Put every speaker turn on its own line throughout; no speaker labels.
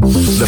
The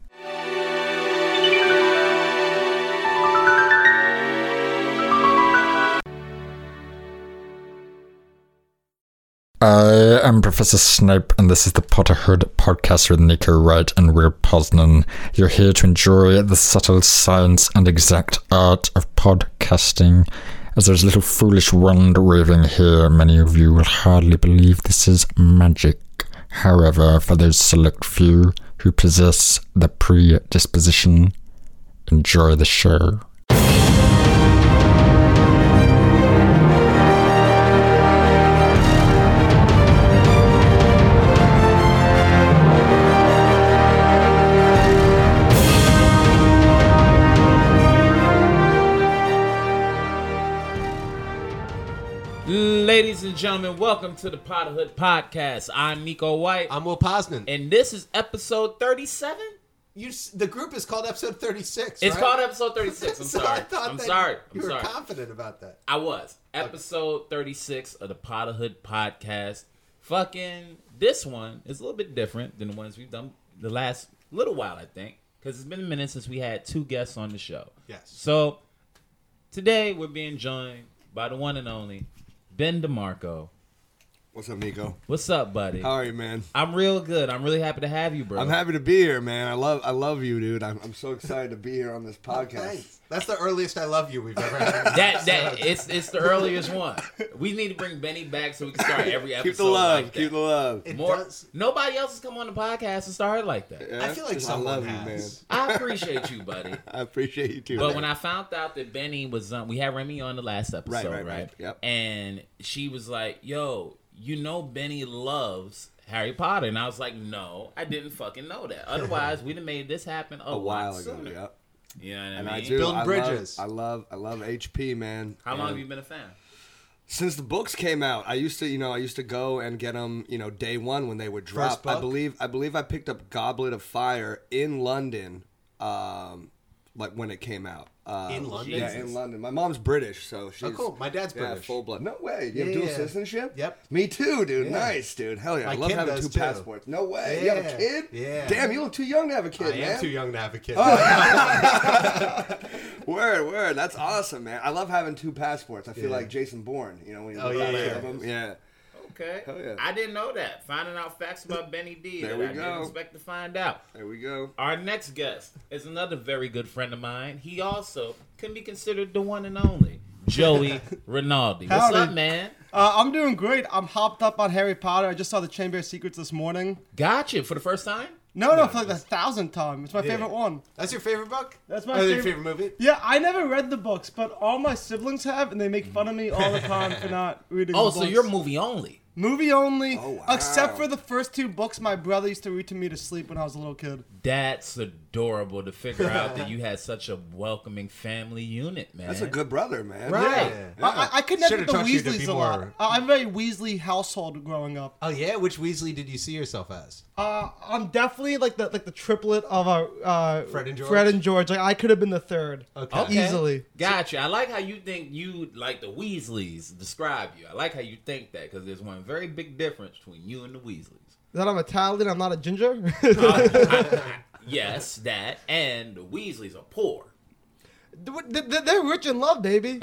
I am Professor Snape, and this is the Potterhood podcast with Nico Wright and Will Posnan. You're here to enjoy the subtle science and exact art of podcasting. As there's little foolish wand waving here, many of you will hardly believe this is magic. However, for those select few who possess the predisposition, enjoy the show.
Ladies and gentlemen, welcome to the Potterhood Podcast. I'm Nico White,
I'm Will Posnan.
and this is episode 37.
you, s- the group is called episode 36.
It's
right?
called episode 36. I'm
So I
sorry.
thought
I'm
that
sorry. I'm
You were
sorry.
confident about that.
I was. Episode 36 of the Potterhood Podcast. Fucking, this one is a little bit different than the ones we've done the last little while, I think, because it's been a minute since we had two guests on the show.
Yes.
So, today we're being joined by the one and only Ben DeMarco.
What's up, Nico?
What's up, buddy?
How are you, man?
I'm real good. I'm really happy to have you, bro.
I'm happy to be here, man. I love I love you, dude. I'm, I'm so excited to be here on this podcast.
Oh, Thanks. That's the earliest I love you we've ever had.
That that it's it's the earliest one. We need to bring Benny back so we can start every episode.
keep the love,
like that.
keep the love.
It
More,
does.
nobody else has come on the podcast and started like that.
Yeah,
I feel like
just
someone
I love
has.
I appreciate you, buddy.
you, man. I appreciate you too.
But when I found out that Benny was, um, we had Remy on the last episode, right?
Right, right, right. Yep.
And she was like, "Yo, you know Benny loves Harry Potter," and I was like, "No, I didn't fucking know that. Otherwise, we'd have made this happen a,
a while
lot
ago,
sooner."
yep.
You know what
And
I
I
mean?
do.
Building
I love-
bridges.
I love I love HP, man.
How long
And
have you been a fan?
Since the books came out, I used to you know I used to go and get them you know day one when they would drop.
First book?
I believe I believe I picked up Goblet of Fire in London, um, like when it came out. Uh,
In London?
yeah,
Jesus.
in London. My mom's British, so she's
Oh, cool. My dad's
yeah,
British.
full blood. No way. You have
Yeah,
dual
yeah.
citizenship?
Yep.
Me too, dude.
Yeah.
Nice, dude. Hell yeah.
My
I love
kid
having
does
two
too.
passports. No way. You have
Yeah.
a kid?
Yeah.
Damn, you look too young to have a kid,
I
man.
am too young to have a kid.
Oh.
Word, word. That's awesome, man. I love having two passports. I feel
Yeah.
like Jason Bourne, you know, when you
Oh,
look
yeah,
at
yeah.
it of 'em. Yeah.
Okay.
Hell yeah.
I didn't know that. Finding out facts about Benny D
There
that
we
I didn't
go.
expect to find out.
There we go.
Our next guest is another very good friend of mine. He also can be considered the one and only Joey Rinaldi. What's
Howdy.
up, man?
Uh, I'm doing great. I'm hopped up on Harry Potter. I just saw the Chamber of Secrets this morning.
Gotcha for the first time.
No, no, for like the thousandth time. It's my favorite one.
That's your favorite book?
That's my
Or Oh, your
favorite-
favorite movie?
Yeah, I never read the books, but all my siblings have, and they make fun of me all the time for not reading.
Oh,
the
so
books.
you're movie only.
movie only,
Oh, wow.
except for the first two books my brother used to read to me to sleep when I was a little kid.
That's adorable to figure out that you had such a welcoming family unit, man.
That's a good brother, man.
right.
I I, I could never
Should've
get the
taught you to be
Weasleys a
more-
lot. I- I'm a very Weasley household growing up.
Oh, yeah? Which Weasley did you see yourself as?
Uh, I'm definitely like the like the triplet of our uh,
Fred and George?
Fred and George. Like I could have been the third.
Oh,
Okay.
Okay.
Easily.
Gotcha. I like how you think you like the Weasleys describe you. I like how you think that because there's one very big difference between you and the Weasleys.
That I'm Italian. I'm not a ginger.
Yes, that and the Weasleys are poor.
Th- th- They're rich in love, baby.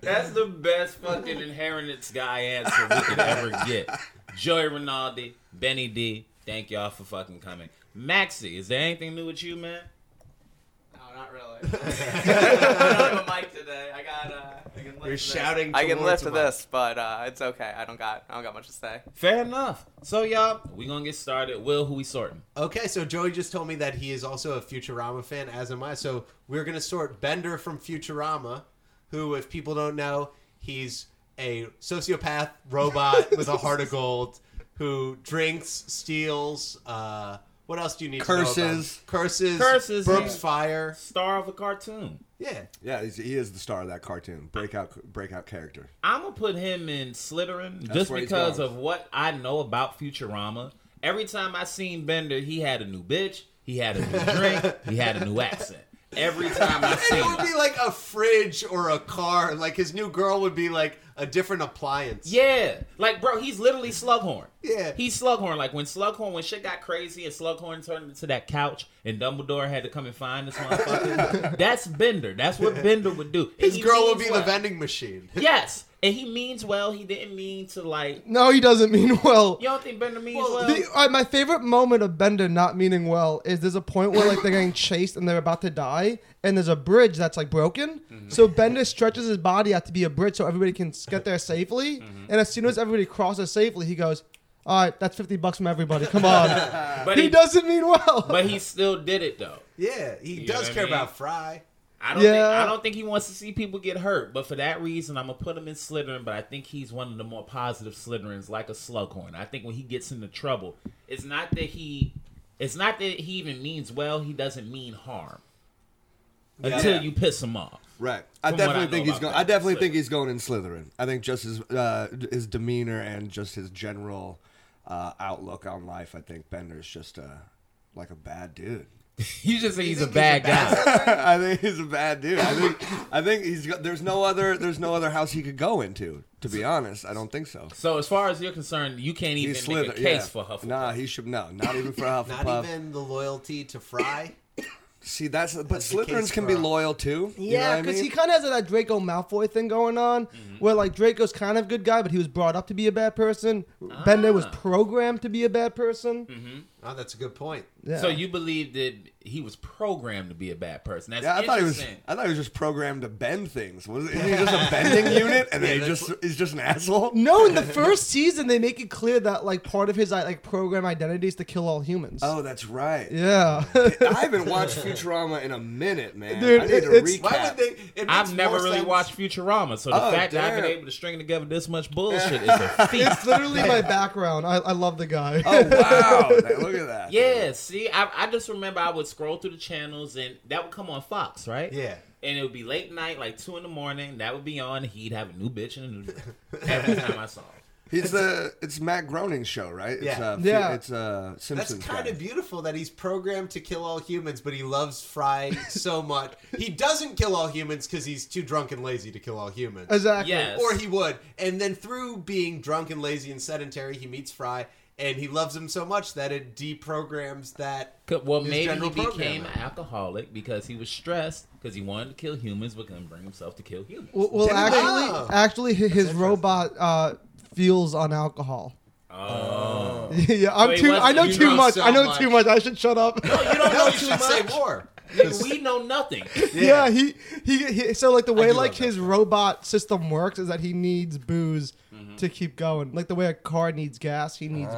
That's the best fucking inheritance guy answer we could ever get. Joey Rinaldi, Benny D, thank y'all for fucking coming. Maxie, is there anything new with you, man?
No, Oh, not really. I don't have a mic today. I got. Uh, I can lift
You're
this.
shouting
I can lift
towards the
to
mic.
this, but uh, it's okay. I don't got. I don't got much to say.
Fair enough. So y'all, we gonna get started. Will, who we sorting?
Okay, so Joey just told me that he is also a Futurama fan, as am I. So we're going to sort Bender from Futurama, who, if people don't know, he's a sociopath robot with a heart of gold who drinks, steals. Uh, what else do you need to know? about him?
Curses.
Curses.
Curses,
Burps
yeah.
fire.
Star of a cartoon.
Yeah.
Yeah, he's, he is the star of that cartoon. Breakout breakout character.
I'm gonna put him in Slytherin just
where he's
because
going.
of what I know about Futurama Every time I seen Bender, he had a new bitch, he had a new drink, he had a new accent. Every time I
And it would
seen
be
him.
like a fridge or a car. Like his new girl would be like a different appliance.
Yeah. Like, bro, he's literally Slughorn.
Yeah.
He's Slughorn. Like, when Slughorn, when shit got crazy and Slughorn turned into that couch and Dumbledore had to come and find this motherfucker, that's Bender. That's what Bender would do. And
His
he
girl would
means
be
well.
the vending machine.
Yes. And he means well. He didn't mean to, like,
No, he doesn't mean well.
you don't think Bender means well?
The, uh, my favorite moment of Bender not meaning well is there's a point where like they're getting chased and they're about to die, and there's a bridge that's like broken. So Bender stretches his body out to be a bridge so everybody can s- get there safely. And as soon as everybody crosses safely, he goes, "All right, that's fifty bucks from everybody. Come on."
but
he doesn't mean well.
But he still did it, though.
Yeah, he
You know
does
what I
care
mean?
about Fry.
I don't think
Yeah.
I don't think he wants to see people get hurt, but for that reason, I'm gonna put him in Slytherin. But I think he's one of the more positive Slytherins, like a Slughorn. I think when he gets into trouble, it's not that he, it's not that he even means well. He doesn't mean harm until you piss him off.
Right. I
From what
definitely
I know
think he's
about
going.
that,
I definitely
so-
think he's going in Slytherin. I think just his uh, his demeanor and just his general uh, outlook on life. I think Bender's just a like a bad dude.
You just say he's a bad guy.
I think he's a bad dude. I think I think he's got, there's no other there's no other house he could go into. To be honest, I don't think so.
so as far as you're concerned, you can't even
He's
make a
Slytherin.
case
Yeah.
for Hufflepuff.
Nah, he should no, not even for
Not
Hufflepuff.
even the loyalty to Fry.
See, that's but
the case
Slytherins can
for
be
us.
loyal too. You know what
Yeah,
I
because
mean? Mm-hmm.
he kind of has that Draco Malfoy thing going on, where like Draco's kind of a good guy, but he was brought up to be a bad person. Bender
Ah.
was programmed to be a bad person.
Mm-hmm.
Oh, that's a good point.
Yeah.
So you believe that he was programmed to be a bad person? That's
Yeah, I thought he was.
interesting.
I thought he was just programmed to bend things. Was isn't he just a bending unit? And then he
that's
just he's just an asshole.
No, in the first season they make it clear that like part of his uh, like program identity is to kill all humans.
Oh, that's right.
Yeah,
I haven't watched Futurama in a minute, man.
Dude,
I need to
it's-
recap.
Why would they? It makes
I've never
more
really
sense.
watched Futurama, so the
Oh,
fact that I've
damn.
been able to string together this much bullshit is a feat.
it's literally my background. I, I love the guy.
oh wow! Now, look at that.
Yeah, see, I, I just remember I would scroll through the channels and that would come on Fox, right?
Yeah.
And it would be late night, like two in the morning. That would be on. He'd have a new bitch and a new drink every time I saw him.
He's the it's Matt Groening's show, right? It's,
Yeah.
uh, Fu-
Yeah.
It's uh,
That's
Simpsons.
kind
guy.
of beautiful that he's programmed to kill all humans, but he loves Fry so much. He doesn't kill all humans because he's too drunk and lazy to kill all humans.
exactly.
Yes.
Or he would. And then through being drunk and lazy and sedentary, he meets Fry, and he loves him so much that it deprograms that.
Could- Well,
His
maybe he
general
became
programmer.
an alcoholic because he was stressed because he wanted to kill humans but couldn't bring himself to kill humans.
Well, well,
Didn't-
actually,
Oh.
Wow.
actually, hi- his robot uh, feels on alcohol.
Oh.
yeah, I'm
he
too.
wasn't-
I know
you
too
know
much.
so
I know
much.
too much. I should shut up.
No, you don't
No,
know
you
too
should say
much.
more.
Nigga, we know nothing.
Yeah, he, he he so like the way
do
like
love that
his robot system works is that he needs booze to keep going. Like the way a car needs gas, he needs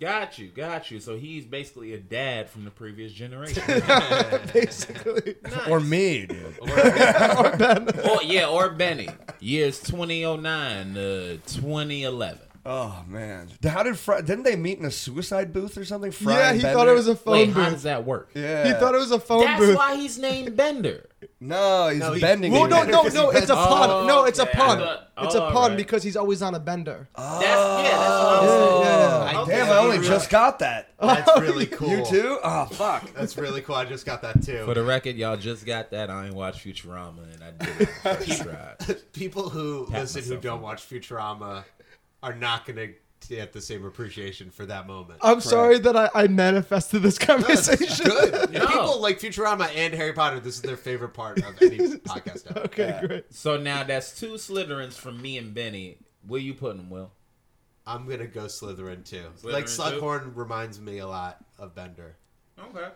Got you, got you. So he's basically a dad from the previous generation.
booze. Basically.
Or
me, dude.
or, yeah, or Benny. Years 2009 to 2011.
Oh man, how did Fry? Didn't they meet in a suicide booth or something? Fry
yeah,
and
he
Bender?
thought it was a phone
Wait, how does
booth.
that work?
Yeah.
He thought it was a phone
That's
booth.
why he's named Bender.
No, he's bending.
well, no,
unit.
no, no! It's a pun. no, it's a
okay, I
pun.
thought-
it's a
oh,
pun
alright.
because he's always on a bender.
That's, yeah, that's what I'm saying.
Oh. yeah,
I
Damn,
did.
I only just got that.
That's really cool.
You too? Oh fuck.
That's really cool. I just got that too.
For the record, y'all just got that. I ain't watched Futurama, and I did it. First try.
people who listen who
myself
don't
on
watch Futurama are not going to get the same appreciation for that moment.
I'm sorry that I, I manifested this conversation.
Good.
No.
People like Futurama and Harry Potter. This is their favorite part of any podcast. Ever.
okay, great.
So now that's two Slytherins from me and Benny. Where you putting them, Will?
I'm gonna go Slytherin too. like
too?
Slughorn reminds me a lot of Bender.
Okay.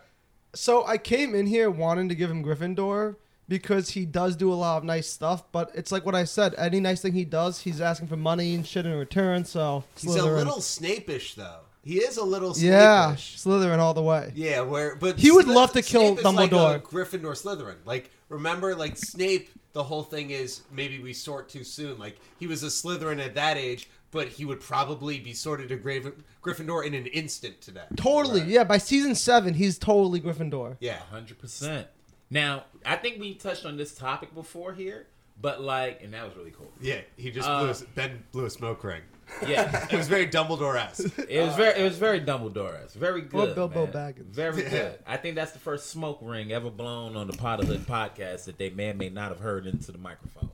So I came in here wanting to give him Gryffindor because he does do a lot of nice stuff, but it's like what I said. Any nice thing he does, he's asking for money and shit in return. So
He's a
Slytherin.
little Snape-ish though. He is a little Snape-ish.
yeah, Slytherin all the way.
Yeah, where but
He would
Slyth-
love to kill
Snape is like a
Dumbledore.
Gryffindor, Slytherin. Like remember, like Snape. The whole thing is maybe we sort too soon. Like he was a Slytherin at that age, but he would probably be sorted to Grave- Gryffindor in an instant today.
Totally. Yeah, by season seven, he's totally Gryffindor.
Yeah.
Hundred percent. Now, I think we touched on this topic before here, But like, and that was really cool.
Yeah, he just
Uh,
blew a, Ben blew a smoke ring.
Yeah,
It was very Dumbledore esque.
it was very, it was very Dumbledore-esque. Very good,
Bilbo
man.
Baggins.
Very good. I think that's the first smoke ring ever blown on the Potterhood podcast that they may or may not have heard into the microphone.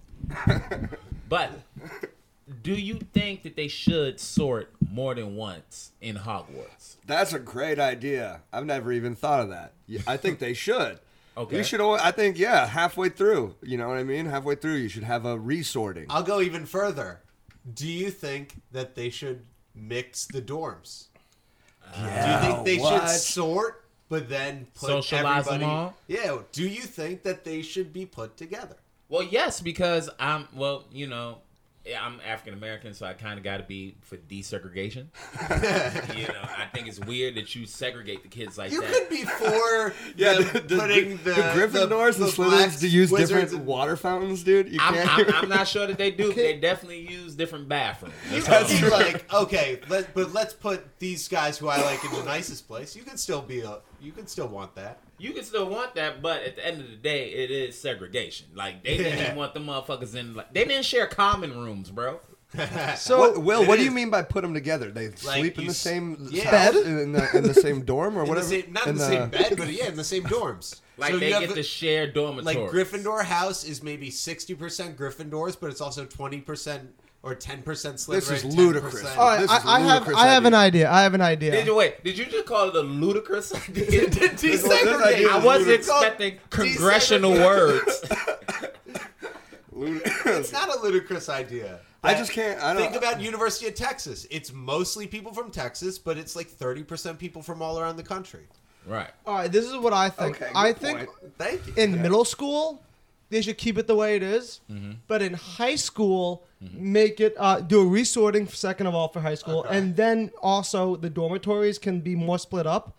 but do you think that they should sort more than once in Hogwarts?
That's a great idea. I've never even thought of that. Yeah, I think they should.
Okay.
You should. al- I think yeah, halfway through. You know what I mean? Halfway through, you should have a resorting.
I'll go even further. Do you think that they should mix the dorms? Do you think they
what?
should sort, but then put
Socialize them
everybody?
all?
Yeah. Do you think that they should be put together?
Well, yes, because I'm well, you know, yeah, I'm African American, so I kind of got to be for desegregation. you know, I think it's weird that you segregate the kids like
You
that.
could be for
yeah,
them putting the,
the Gryffindors
the
and
blacks,
Slytherins to use
wizards
different
and-
water fountains, dude. You
I'm,
can't.
I'm, I'm not sure that they do. They definitely use different bathrooms.
You
That's
could
all.
be like, okay, let, but let's put these guys who I like in the nicest place. You could still be a, you could still want that.
You can still want that, but at the end of the day, it is segregation. Like they didn't
Yeah.
even want the motherfuckers in. Like they didn't share common rooms, bro.
So
What- Will,
It
what do you
is.
mean by put them together? They sleep in
you
the
s-
same
yeah.
house,
Bed?
in the, in the same dorm or
In the
whatever.
same, not in, the, same bed, but yeah, in the same dorms.
Like
So
they
you
get
have-
to share dormitories.
like Gryffindor house is maybe sixty percent Gryffindors, but it's also twenty percent or ten percent Slytherin.
This is
10%.
ludicrous.
all right,
This is
I, I have
ludicrous
I have an
idea.
idea. I have an
Did you
idea.
wait? Did you just call it a ludicrous idea?
Desegregate.
I wasn't expecting congressional
desegregate.
words.
It's not a ludicrous idea.
I just can't. I don't.
Think about University of Texas. It's mostly people from Texas, but it's like thirty percent people from all around the country.
Right.
All right, this is what I think.
Okay, good
I think
point.
Thank you.
in middle school they should keep it the way it is. but in high school make it uh, do a resorting second of all for high school and then also the dormitories can be more split up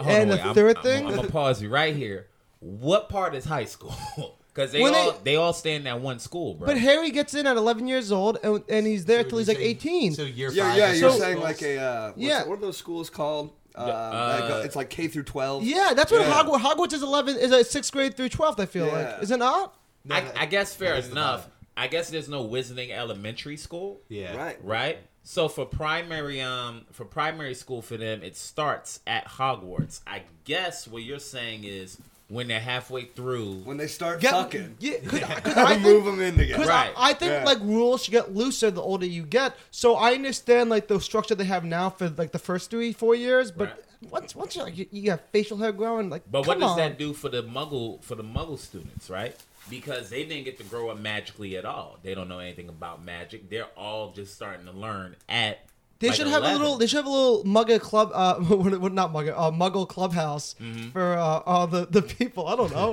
Hold on,
And the
wait, I'm-
third
I'm-
thing-
I'm, gonna pause you right here. What part is high school? Because they
When they-
all they, all stay in that one school, bro.
but harry gets in at 11 years old and, and he's there till he's like
So you're
18
saying- So year
Yeah,
five.
yeah.
is
You're
high
saying
school.
like a uh, what's-
Yeah.
What are those schools called? Uh,
uh,
like, uh, it's like K through twelve.
yeah that's what
Yeah.
hogwarts hogwarts is 11 is a sixth grade through 12th i feel
Yeah.
like is it not
No,
I,
that-
I guess fair
that is the
enough.
bottom.
I guess there's no Wizarding Elementary School.
Yeah.
Right.
right? So for primary um for primary school for them, it starts at Hogwarts. I guess what you're saying is when they're halfway through.
When they start
Yeah,
fucking,
yeah, 'cause- 'cause I
I
think-
move them in together.
Because
Right.
I, I think
Yeah.
like rules should get looser the older you get. So I understand like the structure they have now for like the first three four years, but once once you're, like, you you have facial hair growing, like
But what
come
does
on.
that do for the Muggle for the Muggle students, right? Because they didn't get to grow up magically at all. They don't know anything about magic. They're all just starting to learn at.
They
like,
should have
11.
a little. They should have a little mugger club. Uh, what- what- not mugger. Uh, muggle clubhouse
Mm-hmm.
for uh, all the the people. I don't know.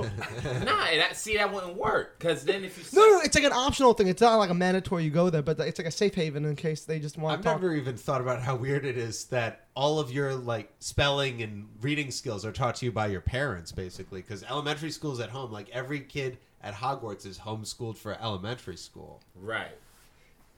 Nah, that, see that wouldn't work. Because then if you
no, no, it's like an optional thing. It's not like a mandatory. You go there, but it's like a safe haven in case they just want
I've
to talk.
never even thought about how weird it is that all of your like spelling and reading skills are taught to you by your parents, basically, because elementary school's at home. Like every kid at Hogwarts is homeschooled for elementary school.
right.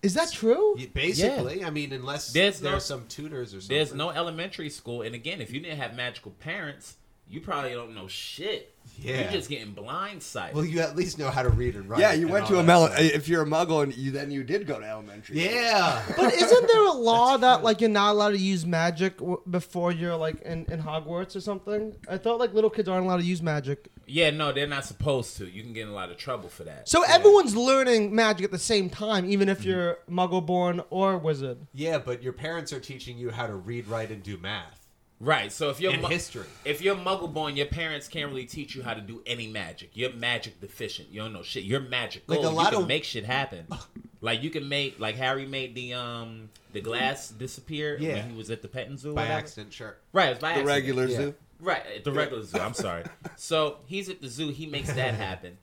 Is that true?
Y- Basically, I mean, unless
There's
there's
no-
some tutors or something.
There's no elementary school, and again, if you didn't have magical parents, you probably don't know shit.
Yeah.
You're just getting blindsided.
Well, you at least know how to read and write.
Yeah, you
and
went
all
to a
that
mel-
stuff.
If you're a muggle, and you then you did go to elementary.
Yeah,
But isn't there a law that like you're not allowed to use magic w- before you're like in, in Hogwarts or something? I thought like little kids aren't allowed to use magic.
yeah, no, they're not supposed to. You can get in a lot of trouble for that.
So everyone's learning magic at the same time, even if you're Muggle born or wizard.
yeah, but your parents are teaching you how to read, write, and do math.
right. So if you're
And history.
if you're muggle born, your parents can't really teach you how to do any magic. You're magic deficient. You don't know shit. You're magical.
Like, a lot
you can
of-
make shit happen. Like you can make like Harry made the um the glass disappear
Yeah.
when he was at the petting zoo or
By
whatever.
accident, sure.
Right, it was by
the
accident.
regular
Yeah.
zoo.
Right, at the regular zoo. I'm sorry. So he's at the zoo. He makes that happen.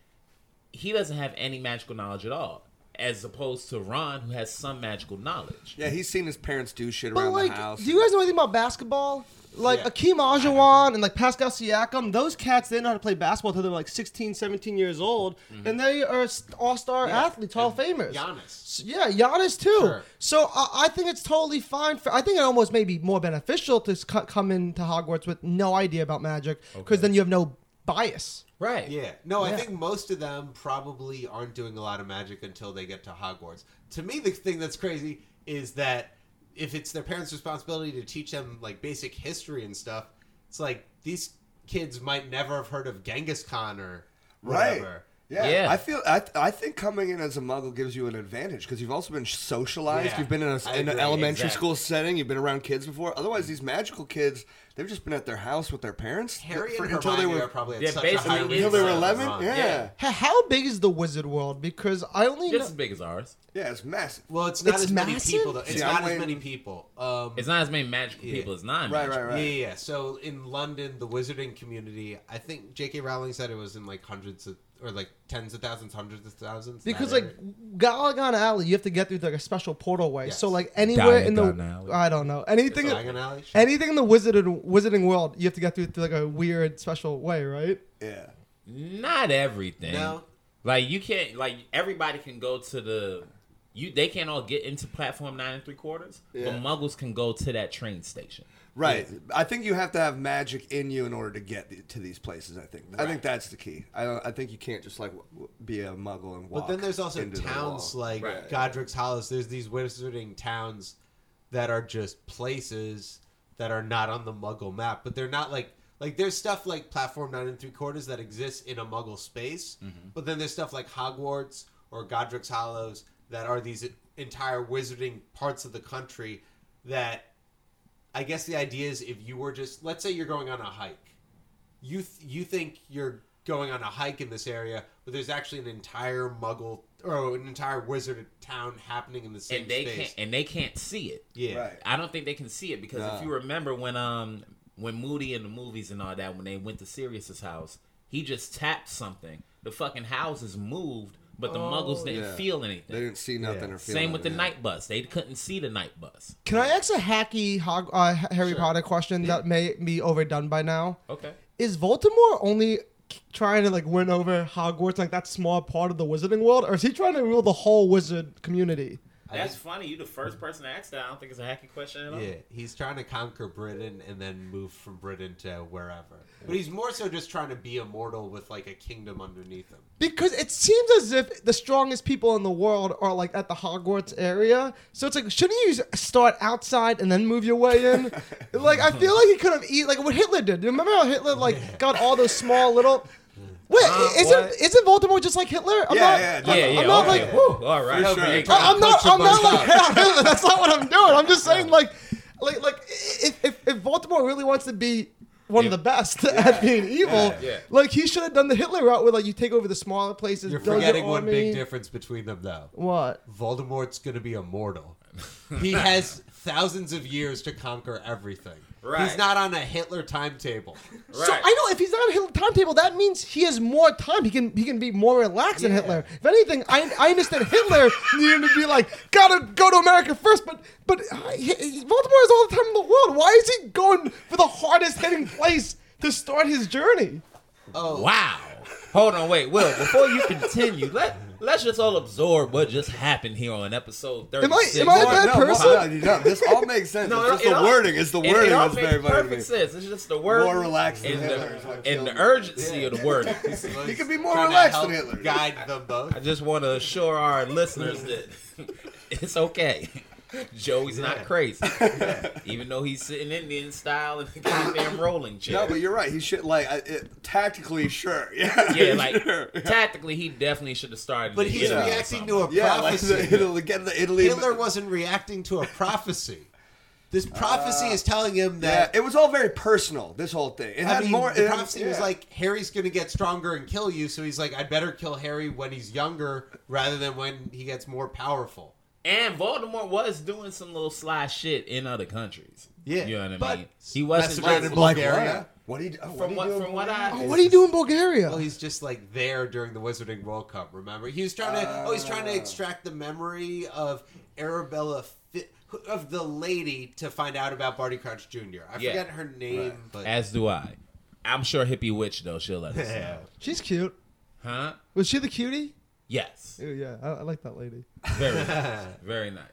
He doesn't have any magical knowledge at all, as opposed to Ron, who has some magical knowledge.
Yeah, he's seen his parents do shit
But
around
like,
the house.
do you guys know anything about basketball? Like
Yeah.
Akeem Olajuwon and like Pascal Siakam, those cats they didn't know how to play basketball until they were like 16, 17 years old, and they are all star athletes, Hall of Famers.
Giannis.
So, yeah, Giannis too.
Sure.
So I, I think it's totally fine. For, I think it almost may be more beneficial to s- co- come into Hogwarts with no idea about magic because then you have no bias.
Right.
Yeah. No, I
Yeah.
think most of them probably aren't doing a lot of magic until they get to Hogwarts. To me, the thing that's crazy is that if it's their parents' responsibility to teach them like basic history and stuff, it's like these kids might never have heard of Genghis Khan or
Right.
whatever.
Yeah.
Yeah.
I feel. I, th- I think coming in as a muggle gives you an advantage because you've also been socialized.
Yeah.
you've been in, a,
I
in an
agree.
elementary
Exactly.
school setting. You've been around kids before. Otherwise, these magical kids, they've just been at their house with their parents
Harry
for-
and
until
Hermione
they were
are probably at
Yeah,
such a
basically
high
kids
until they were
Yeah.
eleven.
run.
Yeah. yeah,
Yeah.
H- How big is the wizard world? Because I only
Just as
know-
big as ours.
It's massive.
Well, it's not
It's
as many
massive?
people. Though. It's
See, I'm
not as
waiting-
many people. Um,
It's not as many magical
Yeah.
people as non
right, right,
Yeah,
right.
yeah, yeah. So in London, the wizarding community, I think J.K. Rowling said it was in like hundreds of, or like tens of thousands, hundreds of thousands.
because
Not
like Galagon Alley, you have to get through like a special portal way.
Yes.
So like anywhere in the
Diagon Alley.
I don't know anything.
everywhere. Diagon Alley? Sure.
Anything in the wizarded wizarding world, you have to get through, through like a weird special way, right?
Yeah.
Not everything.
No.
Like you can't. Like everybody can go to the. You they can't all get into platform nine and three quarters,
Yeah.
but Muggles can go to that train station.
Right. I think you have to have magic in you in order to get the, to these places. I think. I think that's the key. I don't. I think you can't just like w- w- be a muggle and walk.
But then there's also
into the
towns
wall.
like
Right.
Godric's Hollows. There's these wizarding towns that are just places that are not on the Muggle map, but they're not like like there's stuff like Platform Nine and Three Quarters that exists in a Muggle space,
Mm-hmm.
but then there's stuff like Hogwarts or Godric's Hollows that are these entire wizarding parts of the country that I guess the idea is if you were just let's say you're going on a hike, you th- you think you're going on a hike in this area, but there's actually an entire Muggle or an entire wizard town happening in the same
and they
space.
can't. And they can't see it.
yeah,
Right.
I don't think they can see it because if you remember when um when Moody in the movies and all that when they went to Sirius's house, he just tapped something. The fucking houses moved, but the
Oh,
Muggles didn't
yeah.
feel anything.
They didn't see nothing or feel
Same with the
anything.
night bus. They couldn't see the night bus.
Can I ask a hacky Hog- uh, Harry Potter question that may be overdone by now?
Okay.
Is Voldemort only k- trying to like win over Hogwarts, like that small part of the wizarding world, or is he trying to rule the whole wizard community?
That's funny. You the first person to ask that. I don't think it's a hacky question at all.
yeah. He's trying to conquer Britain and then move from Britain to wherever. But he's more so just trying to be immortal with like a kingdom underneath him.
Because it seems as if the strongest people in the world are like at the Hogwarts area. So it's like, shouldn't you s- start outside and then move your way in? like, I feel like he could have eat like what Hitler did. You remember how Hitler like got all those small little. Wait,
what?
isn't isn't Voldemort just like Hitler? I'm
Uh, Yeah,
not,
Yeah,
yeah, I'm-
yeah.
I'm not
okay.
like,
Woo, all right.
sure.
Okay.
Trying
I, am not.
coach
I'm
the
not
bunch
like. Hitler. That's not what I'm doing. I'm just saying like, like like if if, if Baltimore really wants to be one of the best at being evil,
Yeah.
like he should have done the Hitler route where like you take over the smaller places.
You're
build your
forgetting one
army.
big difference between them though.
What?
Voldemort's gonna be immortal. He has thousands of years to conquer everything.
Right.
He's not on a Hitler timetable.
So I know if he's not on Hitler timetable, that means he has more time. He can he can be more relaxed than Hitler. If anything, I I understand Hitler needed to be like gotta go to America first, but but uh, he- he- Voldemort is all the time in the world. Why is he going for the hardest hitting place to start his journey?
Wow. Hold on, wait, Will. Before you continue, let let's just all absorb what just happened here on episode thirty.
I- am I a bad
no,
person?
No, no, no, this all makes sense.
No,
it's
it-
just
it
the
all-
wording. It's the
It-
wording
It, all
that's
makes
very funny to
perfect
me.
sense. It's just the word
More relaxed than
and
Hitler is what
the, and
killed
the
me.
urgency of the word.
He
could be more relaxed than Hitler.
Guide them both.
I just want to assure our listeners that it's okay. Joey's not crazy, even though he's sitting Indian style in the goddamn rolling chair.
No, but you're right. He should like I- it, tactically, sure. Yeah,
yeah, like
sure.
tactically, he definitely should have started.
But
the
he's
Italy or
reacting
something.
to a
yeah, like
prophecy.
the, Italy, get the Italy.
Hitler wasn't reacting to a prophecy. This prophecy is telling him
Uh, Yeah,
that.
it was all very personal. This whole thing. It
I
had
mean,
more.
the
it-
prophecy was
yeah.
like Harry's going to get stronger and kill you, so he's like, I'd better kill Harry when he's younger rather than when he gets more powerful.
And Voldemort was doing some little sly shit in other countries.
Yeah,
you know what I
but
mean. He wasn't
messing around
just-
in
like
Bulgaria.
what? What do you? Oh,
from
what,
what
do
from what I
What do you do in
Well,
Bulgaria?
he's just like there during the Wizarding World Cup. Remember, he was trying to. oh, he's trying to extract the memory of Arabella. Fi- of the lady to find out about Barty Crouch Jr. I
Yeah.
forget her name, but
as do I. I'm sure hippie witch though she'll let us know,
She's cute.
huh?
Was she the cutie? Uh,
Yes,
Ew, yeah, I, I like that lady.
very nice, very nice.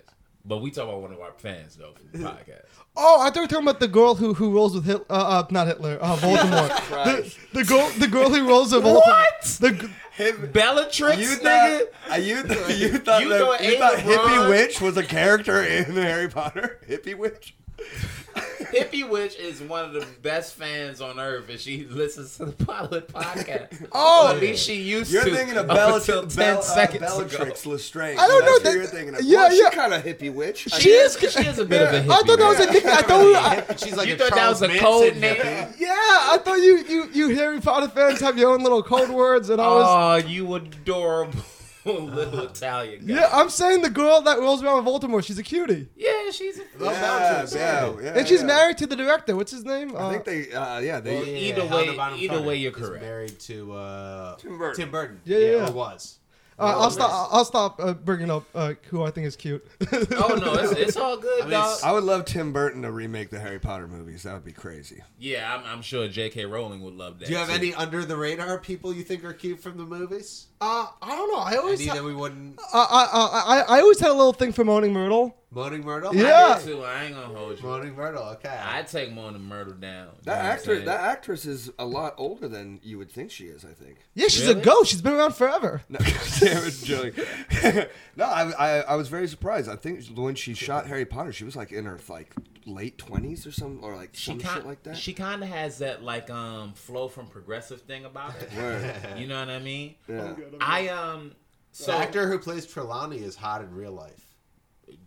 But we talk about one of our fans though from the podcast.
Oh, I thought we were talking about the girl who who rolls with Hitler. Uh, uh, not Hitler. Uh, Voldemort. the, the girl, the girl who rolls with Voldemort. What? The, g-
Him,
Bellatrix,
you thought,
nigga.
uh, you, th- you thought,
You
that-
thought
you thought
Aang
hippie
LeBron-
witch was a character in Harry Potter? Hippie witch?
Hippie Witch is one of the best fans on earth, and she listens to the Pilot Podcast.
Oh,
Or at least she used
You're
to.
thinking of
up until
Bellatrix,
10
Bell, uh,
seconds
Bellatrix
ago.
Lestrange.
I don't
That's
know
who
that-
you're thinking of.
yeah,
well,
yeah.
She kind of hippie witch. I
She
guess.
is, she is a bit of a hippie.
I thought that was a nick. I thought.
She's like
You
a
thought that
Charles
was a
Manson
code
hippie.
name?
Yeah, I thought you you you Harry Potter fans have your own little code words, and I was.
Oh, you adorable little Italian guy.
yeah, I'm saying the girl that rolls around with Voldemort. She's a cutie,
Yeah, she's a
Yeah, yeah, yeah,
and she's
yeah.
married to the director. What's his name?
I
Uh,
think they, uh, yeah, they.
either
Helena
way-
Bonham
either
Carter
way, you're
is
correct.
married to uh, Tim
Burton.
Tim Burton.
Yeah, yeah, yeah.
Or was.
all right, uh, I'll stop. I'll- I'll stop uh, bringing up uh, who I think is cute.
Oh no, it's, it's all good,
mean,
dog.
I would love Tim Burton to remake the Harry Potter movies. That would be crazy.
Yeah, I'm, I'm sure J.K. Rowling would love that.
Do you have
too.
any under the radar people you think are cute from the movies?
uh, I don't know. I always.
Any
ha-
that we wouldn't.
I, I, I, I always had a little thing for Moaning Myrtle.
Moaning Myrtle.
Yeah.
I do too. I ain't gonna hold you.
Moaning Myrtle. Okay.
I take Mona Myrtle down. You know what
That
I'm
actor,
saying?
that actress is a lot older than you would think she is. I think.
Yeah, she's a
Really?
ghost. She's been around forever.
No, damn it, Joey. no, I, I, I was very surprised. I think when she shot Harry Potter, she was like in her like late twenties or some or like
She
some
kind,
shit like that.
she kind of has that like um flow from progressive thing about it.
Word.
You know what I mean?
Yeah.
I um
the
so
actor who plays Trelawney is hot in real life.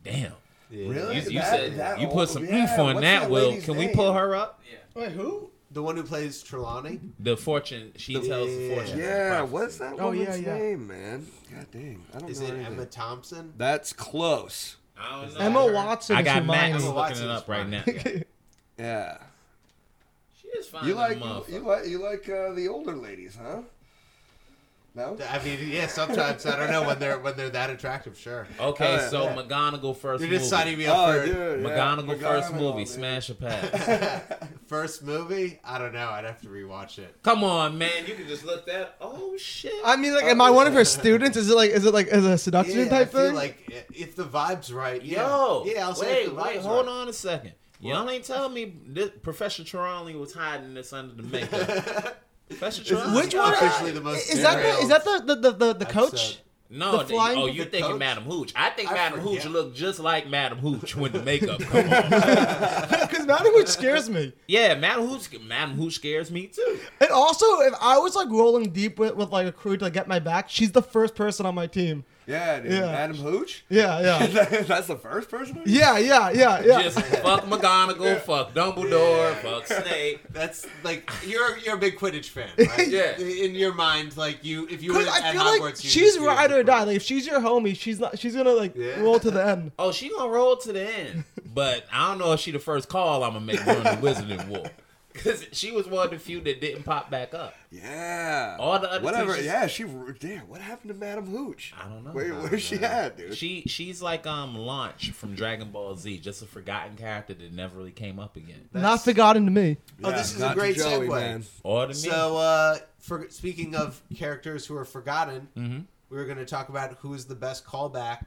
damn.
Yeah.
Really?
You, you
That-
said
that
you
old-
put some
yeah,
oomph on
what's
that,
that
Will.
lady's
Can we
name?
pull her up?
Wait, who?
The one who plays Trelawney.
The fortune she tells the
Yeah.
fortune.
Yeah, what's that
Oh, yeah,
woman's
yeah.
name, man? God dang, I don't
Is
know.
it
anything.
Emma Thompson?
That's close.
I don't know.
Emma Watson.
I
is
got
Hermione.
Max
Emma
looking
Watson
it
is
up right now.
Yeah.
She is fine.
You like
motherfucker.
you like you like uh, the older ladies, huh? No.
I mean, yeah. Sometimes I don't know when they're when they're that attractive. Sure.
Oh,
Okay,
Uh,
so
yeah.
McGonagall 1st
You're
movie.
just signing me
Oh,
up for
McGonagall first
McGonagall,
movie,
man.
smash a pass.
first movie. I don't know. I'd have to rewatch it.
Come on, man, you can just look that. Oh shit!
I mean, like, am I one of her students? Is it like, is it like, is it a seduction
Yeah, I
type
feel
thing?
like i- if the vibe's right, yeah.
Yo,
yeah. I'll say
wait,
if the vibe's
wait, hold
right.
on a second. Y'all ain't tell me this, Professor Trelawney was hiding this under the makeup. Professor Trelawney,
Which one?
Officially the most
is that the, is that the the the, the, the
Episode.
coach?
No,
The
they-
flying-
oh, you
the
thinking
coach?
Madam Hooch? I think
I
Madam Hooch
forget.
looked just like Madam Hooch when the makeup come on.
Because Madam Witch scares me.
Yeah, Madam Hooch, Madam Hooch scares me too.
And also, if I was like rolling deep with, with like a crew to like, get my back, she's the first person on my team.
Yeah, dude.
Yeah.
Madam Hooch.
Yeah, yeah,
That's the first person.
yeah, yeah, yeah, yeah.
Just fuck McGonagall, fuck Dumbledore, fuck Snape.
That's like you're you're a big Quidditch fan, right?
Yeah.
In your mind, like you, if you were
Because
at
I feel
Hogwarts,
like
you
she's
just be a
ride
big
or die.
Quidditch.
Like if she's your homie, she's not. She's gonna like
Yeah.
roll to the end.
Oh, she gonna roll to the end, but I don't know if she the first call I'm gonna make during the Wizarding War, because she was one of the few that didn't pop back up.
Yeah.
All the other
whatever.
teachers-
Yeah, she. Damn, what happened to Madam Hooch?
I don't know.
Where, where's she at, dude?
She she's like um Launch from Dragon Ball Z, just a forgotten character that never really came up again.
Not forgotten to me.
Oh, this
Yeah,
is
not
a
to
great
Joey,
segue.
man.
Or to me,
So, uh, for speaking of characters who are forgotten, we were going to talk about who is the best callback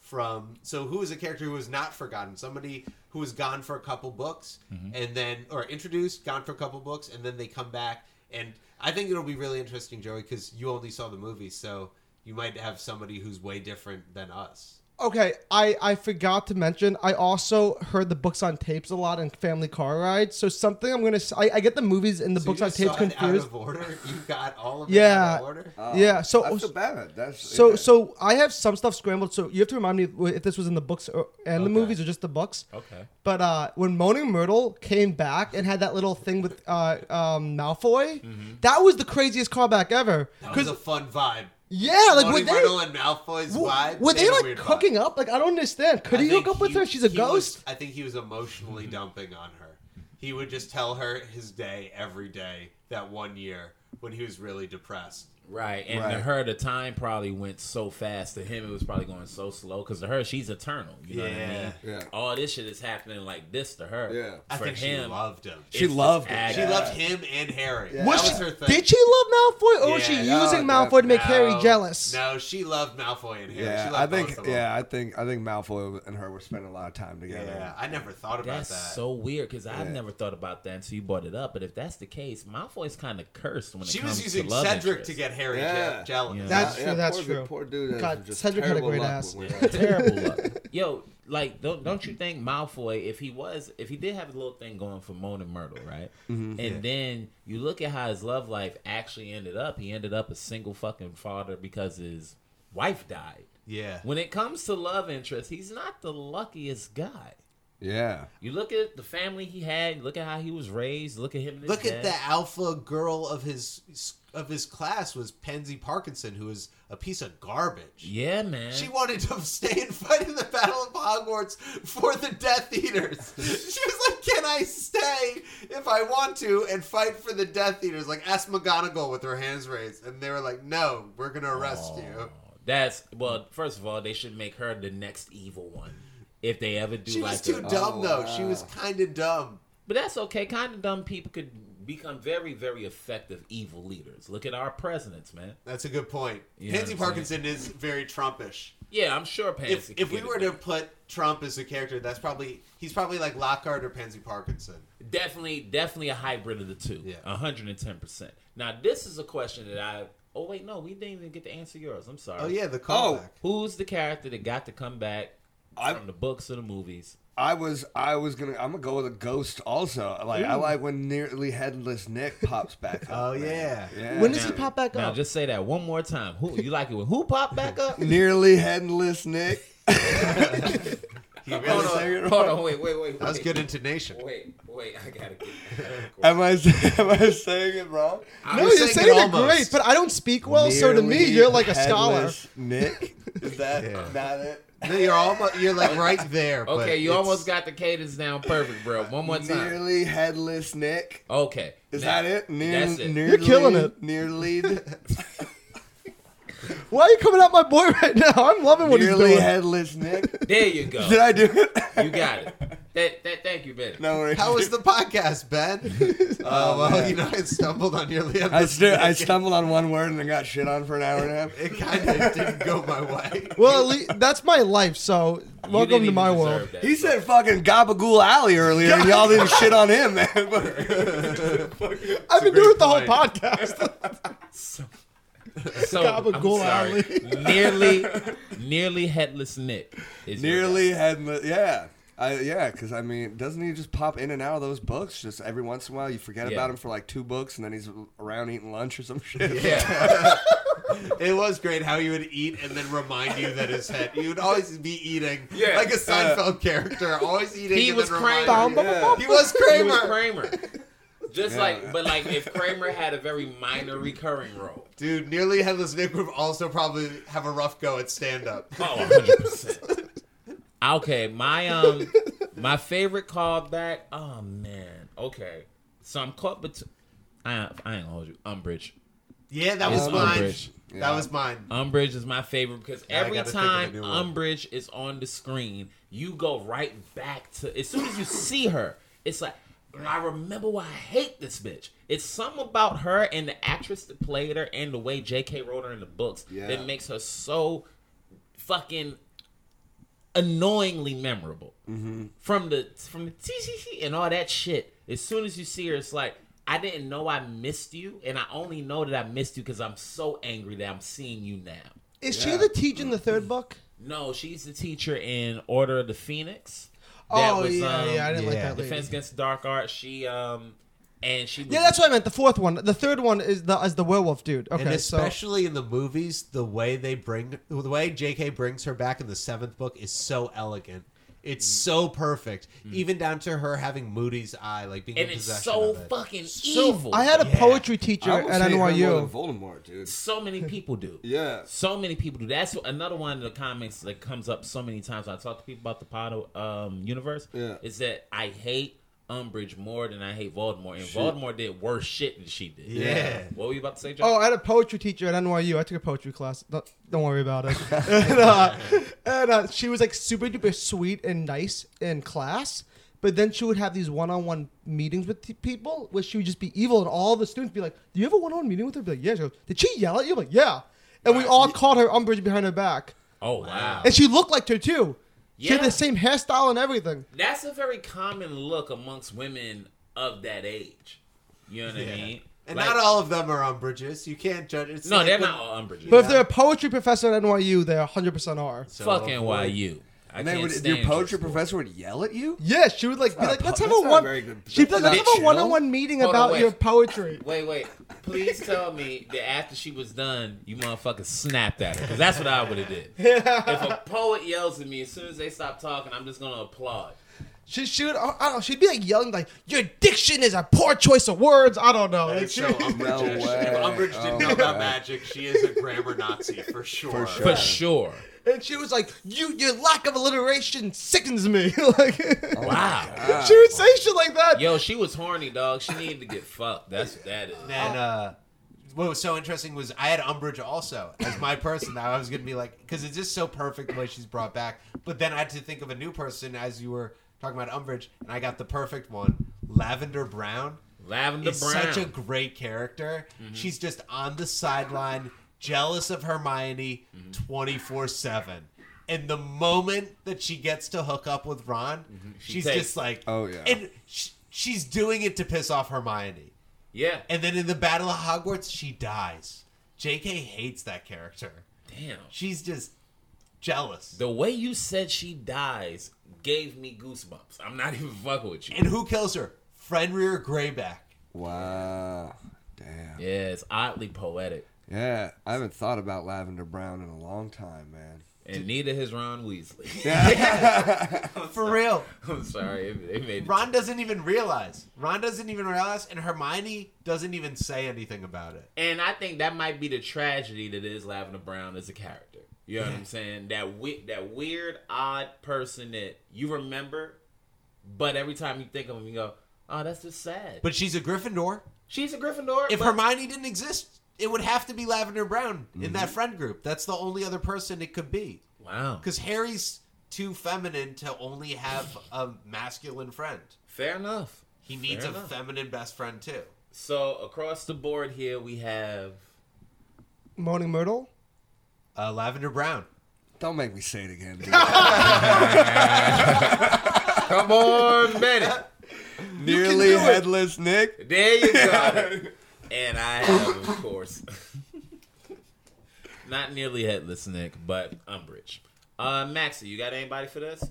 from. So, who is a character who is not forgotten? Somebody who was gone for a couple books, and then or introduced, gone for a couple books, and then they come back. And I think it'll be really interesting, Joey, because you only saw the movie, so you might have somebody who's way different than us.
Okay, I, I forgot to mention. I also heard the books on tapes a lot in family car rides. So something I'm gonna s- I, I get the movies and the
So
books
you
on
just
tapes
saw it out
confused.
of order. You got all of it
Yeah.
out of order.
yeah. Oh, So
That's so bad. That's
so
yeah.
so I have some stuff scrambled. So you have to remind me wh- if this was in the books or, and the movies or just the books.
Okay.
But uh, when Moaning Myrtle came back and had that little thing with uh, um, Malfoy, that was the craziest callback ever.
Mm-hmm. That was a
Because
fun vibe.
yeah,
Like,
like were
Monty
they
Myrtle and Malfoy's
w-
vibe.
were
had
they
a
like
weird vibe.
hooking up? Like I don't understand. Could
I
he hook
think
up with
he-
her? She's a
he
ghost.
was- I think he was emotionally dumping on her. He would just tell her his day every day that one year when he was really depressed.
Right, and to
Right.
her, the time probably went so fast. To him, it was probably going so slow. Because to her, she's eternal. You know what I
Yeah.
mean?
Yeah.
All this shit is happening like this to her.
Yeah.
I
For
think
him,
she loved him.
She
it's
loved
just
it.
She
agony.
loved him and Harry.
Yeah.
That
Was
was,
she,
her thing.
did she love Malfoy, or was she
Yeah,
no,
using Malfoy to make Harry
No.
jealous?
No, she loved Malfoy and Harry.
Yeah,
she
I
loved
think.
both of them.
Yeah, I think. I think Malfoy and her were spending a lot of time together.
Yeah, I never thought about
That's
that.
so weird because I've
Yeah.
never thought about that until you brought it up. But if that's the case, Malfoy's kind of cursed when it
she
comes
was using
to love
Cedric
interest.
to get Harry
Yeah.
je- jealous.
Yeah.
That's
Yeah,
true. That's
poor,
true.
Poor dude. has
God,
just
Cedric had a
terrible
great
luck
ass.
with women.
terrible luck. Yo, like don't don't you think Malfoy, if he was, if he did have a little thing going for Moan and Myrtle, right? and then you look at how his love life actually ended up. He ended up a single fucking father because his wife died.
Yeah.
When it comes to love interest, he's not the luckiest guy.
Yeah.
You look at the family he had. Look at how he was raised. Look at him. And his
Look at
dad.
the alpha girl of his of his class was Penzi Parkinson, who is a piece of garbage.
Yeah, man.
She wanted to stay and fight in the Battle of Hogwarts for the Death Eaters. She was like, "Can I stay if I want to and fight for the Death Eaters?" Like asked McGonagall with her hands raised, and they were like, "No, we're gonna arrest you."
That's well. First of all, they should make her the next evil one if they ever do.
She
like
was too
that.
dumb
Oh,
though. She was
wow.
kind of dumb.
But that's okay. Kind of dumb people could become very, very effective evil leaders. Look at our presidents, man.
That's a good point.
You know
Pansy
what I'm
Parkinson is very Trumpish.
Yeah, I'm sure Pansy.
If
could
if we
get it
were to
done.
put Trump as a character, that's probably he's probably like Lockhart or Pansy Parkinson.
definitely, definitely a hybrid of the two.
Yeah.
hundred and ten percent. Now, this is a question that I. Oh wait, no, we didn't even get to answer yours. I'm sorry.
Oh yeah, the callback.
Who's the character that got to come back
I-
from the books to the movies?
I was I was gonna I'm gonna go with a ghost also. Like I like when nearly headless Nick pops back up.
Oh,
man.
yeah.
yeah.
When does he pop back
Now,
up?
just say that one more time. Who you like it when who popped back up?
nearly headless Nick?
He really
hold on, hold on, wait, wait, wait.
That was
wait.
good intonation.
Wait, wait, I gotta get. I gotta get-
Am I am I saying it wrong?
no,
was saying
you're saying
it
it
almost.
great, but I don't speak well, so to me,
Nearly
you're like a scholar.
headless Nick? Is that not it?
No, you're almost you're like right there. but
Okay, you
it's-
almost got the cadence down perfect, bro. One more time.
Nearly headless Nick.
Okay.
Is
now-
that it? Near,
That's it.
Nearly,
You're killing it.
Nearly,
Why are you coming at my boy right now? I'm loving what he's
nearly
doing.
headless Nick.
There you
Did
go.
I do it?
You got it. That, that, thank you, Ben.
no worries. Um,
How was the podcast, Ben?
Oh,
uh, well, you know, I stumbled on your Liam.
I, stu- I stumbled on one word and then got shit on for an hour and a half.
It kind of didn't go my way.
Well, at least, that's my life, so
You
welcome
didn't
to
even
my
deserve
world.
that.
He said fucking Gabagool Alley earlier, and y'all didn't shit on him, man.
I've been doing it the whole podcast.
So, so I'm
Gabagool
sorry. nearly, nearly headless Nick. Is your
Nearly headless. Yeah. I, yeah, because I mean, doesn't he just pop in and out of those books? Just every once in a while, you forget
Yeah.
about him for like two books, and then he's around eating lunch or some shit.
guy. Yeah.
It was great how he would eat and then remind you that his head. He would always be eating
Yeah. uh,
like a Seinfeld character, always eating.
He
and
was
then
Kramer.
reminding you.
Yeah.
He was
He
Kramer.
was Kramer. Just
Yeah.
like, but like, if Kramer had a very minor recurring role.
Dude, nearly headless Nick would also probably have a rough go at stand up.
Oh, 100 percent. Okay, my um, my favorite callback. Oh man. Okay, so I'm caught between. I I ain't gonna hold you. Umbridge.
Yeah, that
It's
was mine.
Umbridge.
That was mine.
Umbridge is my favorite because
Now I
every
gotta think of a
time
new one.
Umbridge is on the screen, you go right back to as soon as you see her, it's like I remember why I hate this bitch. It's something about her and the actress that played her and the way J.K. wrote her in the books
Yeah.
that makes her so fucking annoyingly memorable. From the from the TCC and all that shit. As soon as you see her, it's like I didn't know I missed you, and I only know that I missed you because I'm so angry that I'm seeing you now.
Is
Yeah.
she the teacher in the third book?
No, she's the teacher in Order of the Phoenix. um,
oh, yeah, yeah, I didn't like
yeah.
that lady.
Defense Against Dark Art. She um, and she was-
Yeah, that's what I meant. The fourth one. The third one is the is the werewolf dude. Okay,
And
so
especially in the movies, the way they bring the way J.K. brings her back in the seventh book is so elegant. It's
Mm.
so perfect, even down to her having Moody's eye, like being
and
in
it's
possession
so
of it.
fucking evil.
I had a
Yeah.
poetry teacher at NYU.
Voldemort, dude.
so many people do.
Yeah.
So many people do. That's another one of the comments that comes up so many times when I talk to people about the Potter um, universe.
Yeah.
Is that I hate Umbridge more than I hate Voldemort, and Voldemort did worse shit than she did.
Yeah.
What were you about to say, John?
Oh, I had a poetry teacher at NYU. I took a poetry class. Don't, don't worry about it. and uh, and uh, she was like super duper sweet and nice in class. But then she would have these one-on-one meetings with t- people where she would just be evil, and all the students would be like, "Do you have a one-on-one meeting with her?" I'd Be like, "Yeah." She goes, "Did she yell at you?" I'm like, "Yeah." And we all called her Umbridge behind her back,
Oh, wow.
and she looked like her too. She had
Yeah.
the same hairstyle and everything.
That's a very common look amongst women of that age. You know what I mean?
And
Like-
not all of them are Umbridges. You can't judge. It's
No,
like
they're
when-
not all Umbridges.
But if they're a poetry professor at NYU, they 100% are.
So,
Fucking YU. I
And they
can't
would,
stand
your poetry
this.
professor would yell at you?
Yeah, she would like be
not
like,
a
"Let's
po-
have
that's
a
not
one."
very good-
She'd be like, "Let's
Bitch,
have a
you know?
one-on-one meeting
Hold on,
about
wait.
your poetry."
Wait, wait. Please tell me that after she was done, you motherfuckers snapped at her. Because that's what I would have did. If a poet yells at me, as soon as they stop talking, I'm just going to applaud.
She, she would, I don't know, she'd be like yelling, like, your diction is a poor choice of words. I don't know. Like,
It's
she,
so Umbridge. If
way.
Umbridge didn't
Oh
know
my
about
God.
magic, she is a grammar Nazi for sure.
sure.
For sure.
and she was like, you, your lack of alliteration sickens me. like,
Oh, Wow.
she would say shit like that.
Yo, she was horny, dog. She needed to get fucked. That's what that is.
And uh, what was so interesting was I had Umbridge also as my person. Now I was gonna be like, because it's just so perfect the way she's brought back. But then I had to think of a new person as you were talking about Umbridge, and I got the perfect one, Lavender Brown.
Lavender
is
Brown. Mm-hmm.
such a great character. She's just on the sideline, jealous of Hermione
Mm-hmm.
24 7. And the moment that she gets to hook up with Ron, she's
Mm-hmm. takes-
just like,
Oh, yeah.
And sh- she's doing it to piss off Hermione.
yeah.
And then in the Battle of Hogwarts, she dies. JK hates that character.
Damn.
She's just jealous.
The way you said she dies gave me goosebumps. I'm not even fucking with you.
And who kills her? Fenrir Greyback.
Wow. Damn. Yeah.
Yeah, it's oddly poetic.
I haven't thought about Lavender Brown in a long time, man.
And neither has Ron Weasley.
For real.
I'm sorry. It, it made
Ron doesn't even realize. Ron doesn't even realize, and Hermione doesn't even say anything about it.
And I think that might be the tragedy that is Lavender Brown as a character. You know what I'm saying? That we- that weird, odd person that you remember, but every time you think of him, you go, "Oh, that's just sad." But
But she's a Gryffindor.
she's a Gryffindor.
If
but-
Hermione didn't exist, it would have to be Lavender Brown in that friend group. That's the only other person it could be.
wow,
Because Harry's too feminine to only have a masculine friend.
fair enough.
He needs
Fair
a
enough.
feminine best friend too.
So across the board here, we have
Moaning Myrtle.
Uh, Lavender Brown.
Don't make me say it again, dude.
come on, Bennett.
Nearly headless Nick.
There you go. and I have, of course, not nearly headless Nick, but Umbridge. Uh, Maxie, you got anybody for this?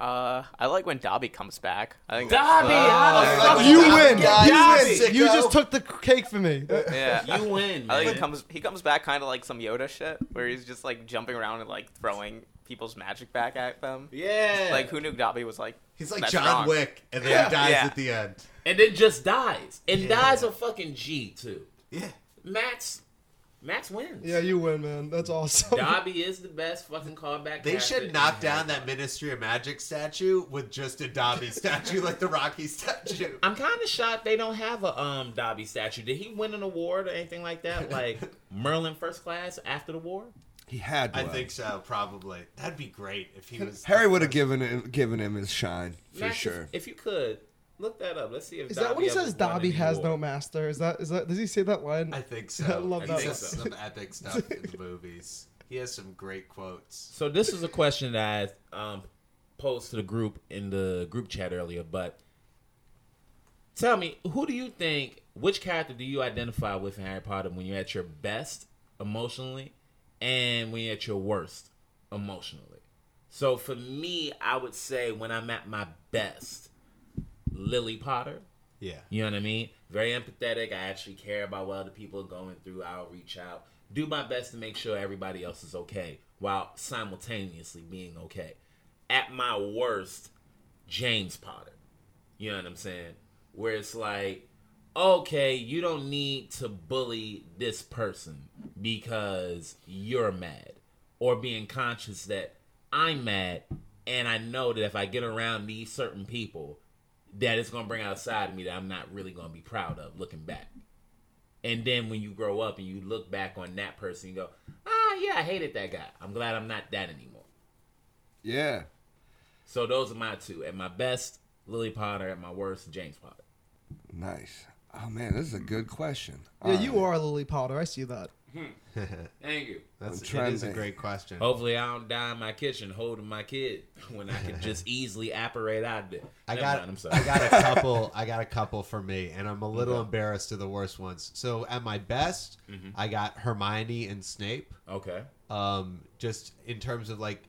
Uh, I like when Dobby comes back. I think
Dobby, how
You win.
Dobby.
you win. You just took the cake from me.
That's, yeah.
You win,
I
man.
think he comes he comes back kind of like some Yoda shit, where he's just like jumping around and like throwing people's magic back at them.
yeah.
Like who knew Dobby was like?
He's like
that's
John
wrong.
Wick, and then he dies
Yeah.
at the end.
and then just dies. And
Yeah.
dies a fucking G too.
Yeah.
Max Max wins.
Yeah, you win, man. That's awesome.
Dobby is the best fucking callback.
They
character
should
in
knock
Harry
down that
Potter.
Ministry of Magic statue with just a Dobby statue, like the Rocky statue.
I'm kind of shocked they don't have a um Dobby statue. Did he win an award or anything like that? Like Merlin First Class after the war?
He had to.
I
have.
think so, probably. That'd be great if he was.
Harry would have given him, given him his shine for
Max, if-
sure.
If you could look that up, let's see if
Is that when he
ever
says
won
Dobby
any
has no
award.
master? Is that is that does he say that line?
I think so.
I love
He
that
says
one.
some epic stuff in the movies. He has some great quotes.
So this is a question that I um, posed to the group in the group chat earlier, but tell me, who do you think, which character do you identify with in Harry Potter when you're at your best emotionally and when you're at your worst emotionally? So for me, I would say when I'm at my best, Lily Potter.
Yeah.
You know what I mean? Very empathetic. I actually care about what other people are going through. I'll reach out, do my best to make sure everybody else is okay while simultaneously being okay. At my worst, James Potter. You know what I'm saying? Where it's like, okay, you don't need to bully this person because you're mad. Or being conscious that I'm mad and I know that if I get around these certain people, that it's gonna bring out a side of me that I'm not really gonna be proud of looking back. And then when you grow up and you look back on that person, you go, ah, yeah, I hated that guy. I'm glad I'm not that anymore.
Yeah.
So those are my two. At my best, Lily Potter. At my worst, James Potter.
Nice. Oh man, this is a good question.
Yeah, you are Lily Potter. I see that.
Thank you.
I'm
That's it
trying
is a
to-
great question.
Hopefully, I don't die in my kitchen holding my kid when I could just easily apparate out of there.
I
Never
got,
mind, I'm
I
sorry.
got a couple. I got a couple for me, and I'm a little embarrassed to the worst ones. So at my best,
Mm-hmm.
I got Hermione and Snape.
Okay.
Um, just in terms of like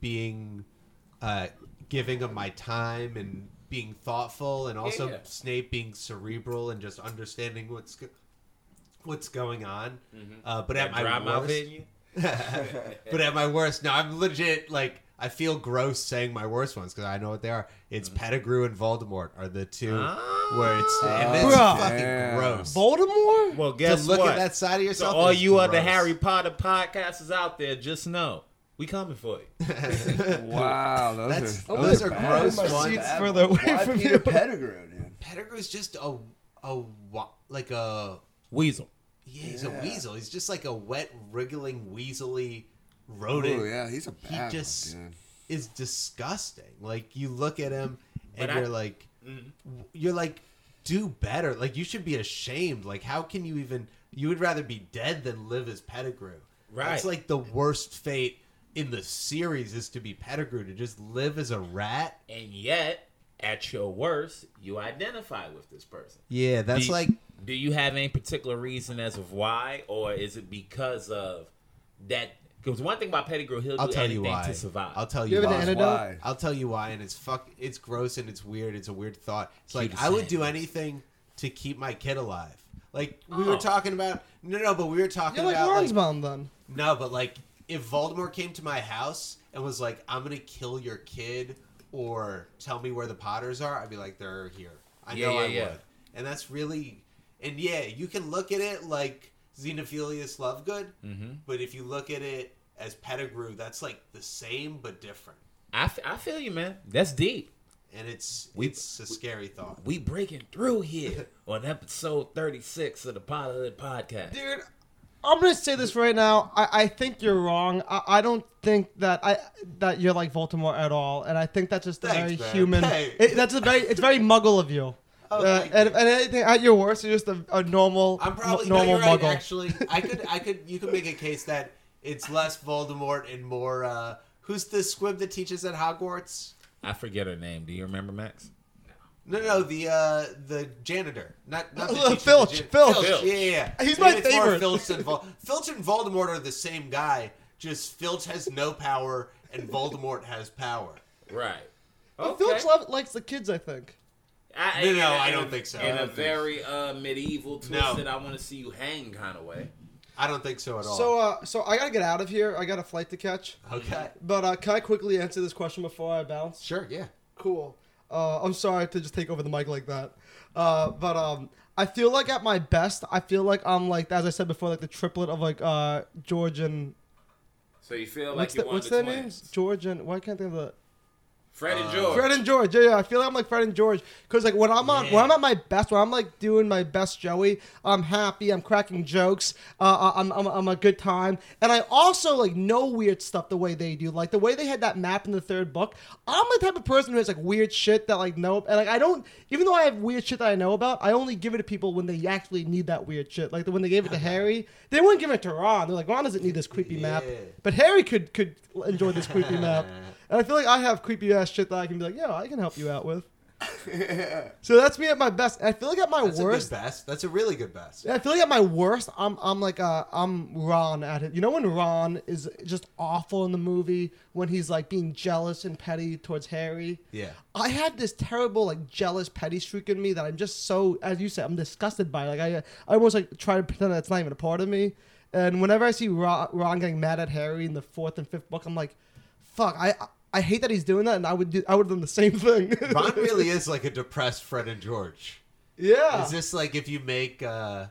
being, uh, giving of my time and being thoughtful, and also
yeah.
Snape being cerebral and just understanding what's go- what's going on. Uh, but at
Mm-hmm. That dry
my
mouth
worst,
in you.
but at my worst, no, I'm legit like I feel gross saying my worst ones because I know what they are. It's
Mm-hmm.
Pettigrew and Voldemort are the two
Ah.
where it's and it's
Bruh.
fucking gross.
Voldemort?
Well,
to
guess
look
what?
at that side of
so
yourself.
all
is
you other
gross.
Harry Potter podcasters out there, just know we coming for you.
Wow, those
That's-
are
those are
bad.
gross
Those are
ones.
bad
Further
ones.
away
Why
from
Peter
you.
Pettigrew, dude.
Pettigrew's just a a wa- like a
Weasel.
yeah, he's a weasel. He's just like a wet wriggling weaselly rodent.
Oh yeah, he's a
he
bad
just
one, dude.
is disgusting. Like you look at him and
But I- Mm-hmm.
you're like, w- you're like, do better. Like you should be ashamed. Like how can you even? You would rather be dead than live as Pettigrew.
Right.
It's like the worst fate in the series is to be Pettigrew to just live as a rat.
And yet, at your worst, you identify with this person.
Yeah, that's
do,
like
do you have any particular reason as of why, or is it because of that? Because one thing about Pettigrew, he'll
I'll
do
tell you
anything
why.
to survive.
I'll tell
You
you,
have an
why.
antidote?
Why?
I'll tell you why, and it's fuck. It's gross and it's weird. It's a weird thought. It's like
Cutest
I would do
sandwich.
anything to keep my kid alive. Like we were
Oh.
talking about. No, no, but we were talking
You're like
about
Ron's
like-
mom then.
no, but like if Voldemort came to my house and was like, "I'm gonna kill your kid," or "Tell me where the Potters are," I'd be like, "They're here." I
Yeah,
know
yeah,
I
yeah.
would, and that's really, and yeah, you can look at it like Xenophilius Lovegood,
Mm-hmm.
but if you look at it as Pettigrew, that's like the same but different,
I, f- I feel you, man. That's deep.
and it's it's a scary thought.
We breaking through here on episode 36 of the Potterhood Podcast.
Dude, I'm gonna say this right now. I, I think you're wrong. I, I don't think that I that you're like Voldemort at all, and I think that's just a
Thanks,
very
man.
human.
Hey. Oh,
It, that's a very it's very Muggle of you. uh,
thank
and, and anything at your worst, you're just a, a normal,
I'm probably
n- normal
no, you're
Muggle.
Right, actually, I could, I could, you could make a case that it's less Voldemort and more. uh Who's the squib that teaches at Hogwarts?
I forget her name. Do you remember, Max?
No, no, the uh the janitor, not not the
Uh,
teacher,
Filch,
the jan-
Filch.
Filch.
yeah, yeah, yeah.
He's my
Maybe it's more
favorite.
Filch and Vol- Filch and Voldemort are the same guy. Just Filch has no power and Voldemort has power.
Right.
But Filch lo- likes the kids, I think.
I,
No, no,
in a-
I don't
in a-
think so. I
In a
don't think
very uh, medieval,
No.
twisted, I want to see you hang kind of way.
I don't think so at all.
So, uh, so I gotta get out of here. I got a flight to catch.
okay,
But uh, can I quickly answer this question before I bounce?
sure, yeah.
cool. Uh, I'm sorry to just take over the mic like that. Uh, but um, I feel like at my best, I feel like I'm like as I said before, like the triplet of like uh George and
So you feel
what's
like you
the,
want
what's
the
their
twins.
names? George and why can't I think of the
Fred and George.
Fred and George. Yeah, yeah, I feel like I'm like Fred and George because like when I'm on when I'm at my best, when I'm like doing my best, Joey, I'm happy. I'm cracking jokes. Uh, I- I'm, I'm I'm a good time, and I also like know weird stuff the way they do. Like the way they had that map in the third book. I'm the type of person who has like weird shit that like nope, and like I don't. Even though I have weird shit that I know about, I only give it to people when they actually need that weird shit. Like when they gave it to Harry, they wouldn't give it to Ron. They're like Ron doesn't need this creepy map, but Harry could could enjoy this creepy map. And I feel like I have creepy ass shit that I can be like, yo, I can help you out with. So that's me at my best. And I feel like at my
That's
worst,
a good best. That's a really good best.
I feel like at my worst, I'm I'm like uh, I'm Ron at it. You know when Ron is just awful in the movie when he's like being jealous and petty towards Harry.
Yeah.
I have this terrible like jealous petty streak in me that I'm just so as you said I'm disgusted by. Like I I almost like try to pretend that's not even a part of me. And whenever I see Ron, Ron getting mad at Harry in the fourth and fifth book, I'm like, fuck, I I hate that he's doing that, and I would do I would have done the same thing.
Ron really is like a depressed Fred and George.
yeah.
Is this like if you make uh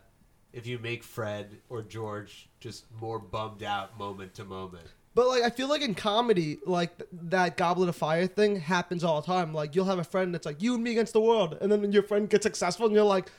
if you make Fred or George just more bummed out moment to moment?
But like I feel like in comedy, like th- that goblet of fire thing happens all the time. Like you'll have a friend that's like you and me against the world, and then your friend gets successful, and you're like,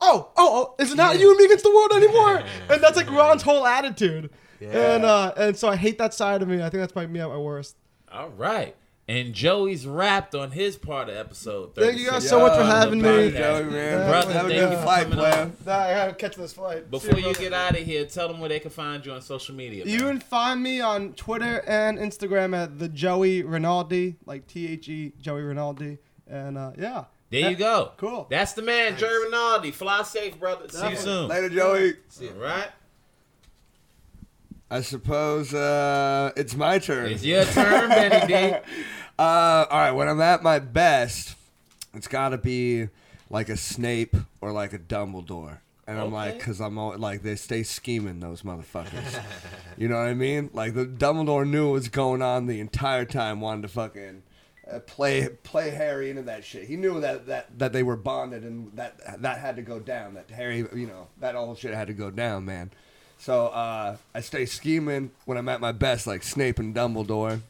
oh, oh, oh it's not you and me against the world anymore. And that's like Ron's whole attitude. And uh, and so I hate that side of me. I think that's probably me at my worst.
All right. And Joey's wrapped on his part of episode 36.
Thank you guys so much for
of the
having me.
podcast.
Joey, man.
Brother,
Have
thank
a good
you for
fight,
coming
player.
on.
Nah, I gotta catch this flight.
Before you get out of here, tell them where they can find you on social media.
You
man.
can find me on Twitter and Instagram at the Joey Rinaldi, like T H E Joey Rinaldi, and uh, yeah.
there you go.
Cool.
That's the man, Jerry Rinaldi. Fly safe, brother. See you soon.
Later, Joey.
All right.
I suppose uh, it's my turn.
It's your turn, Benny D.
Uh, all right, when I'm at my best, it's got to be like a Snape or like a Dumbledore. And I'm like,
Okay.
because I'm all, like, they stay scheming, those motherfuckers. you know what I mean? Like, the Dumbledore knew what was going on the entire time, wanted to fucking uh, play play Harry into that shit. He knew that, that, that they were bonded and that that had to go down. That Harry, you know, that whole shit had to go down, man. So uh, I stay scheming when I'm at my best, like Snape and Dumbledore.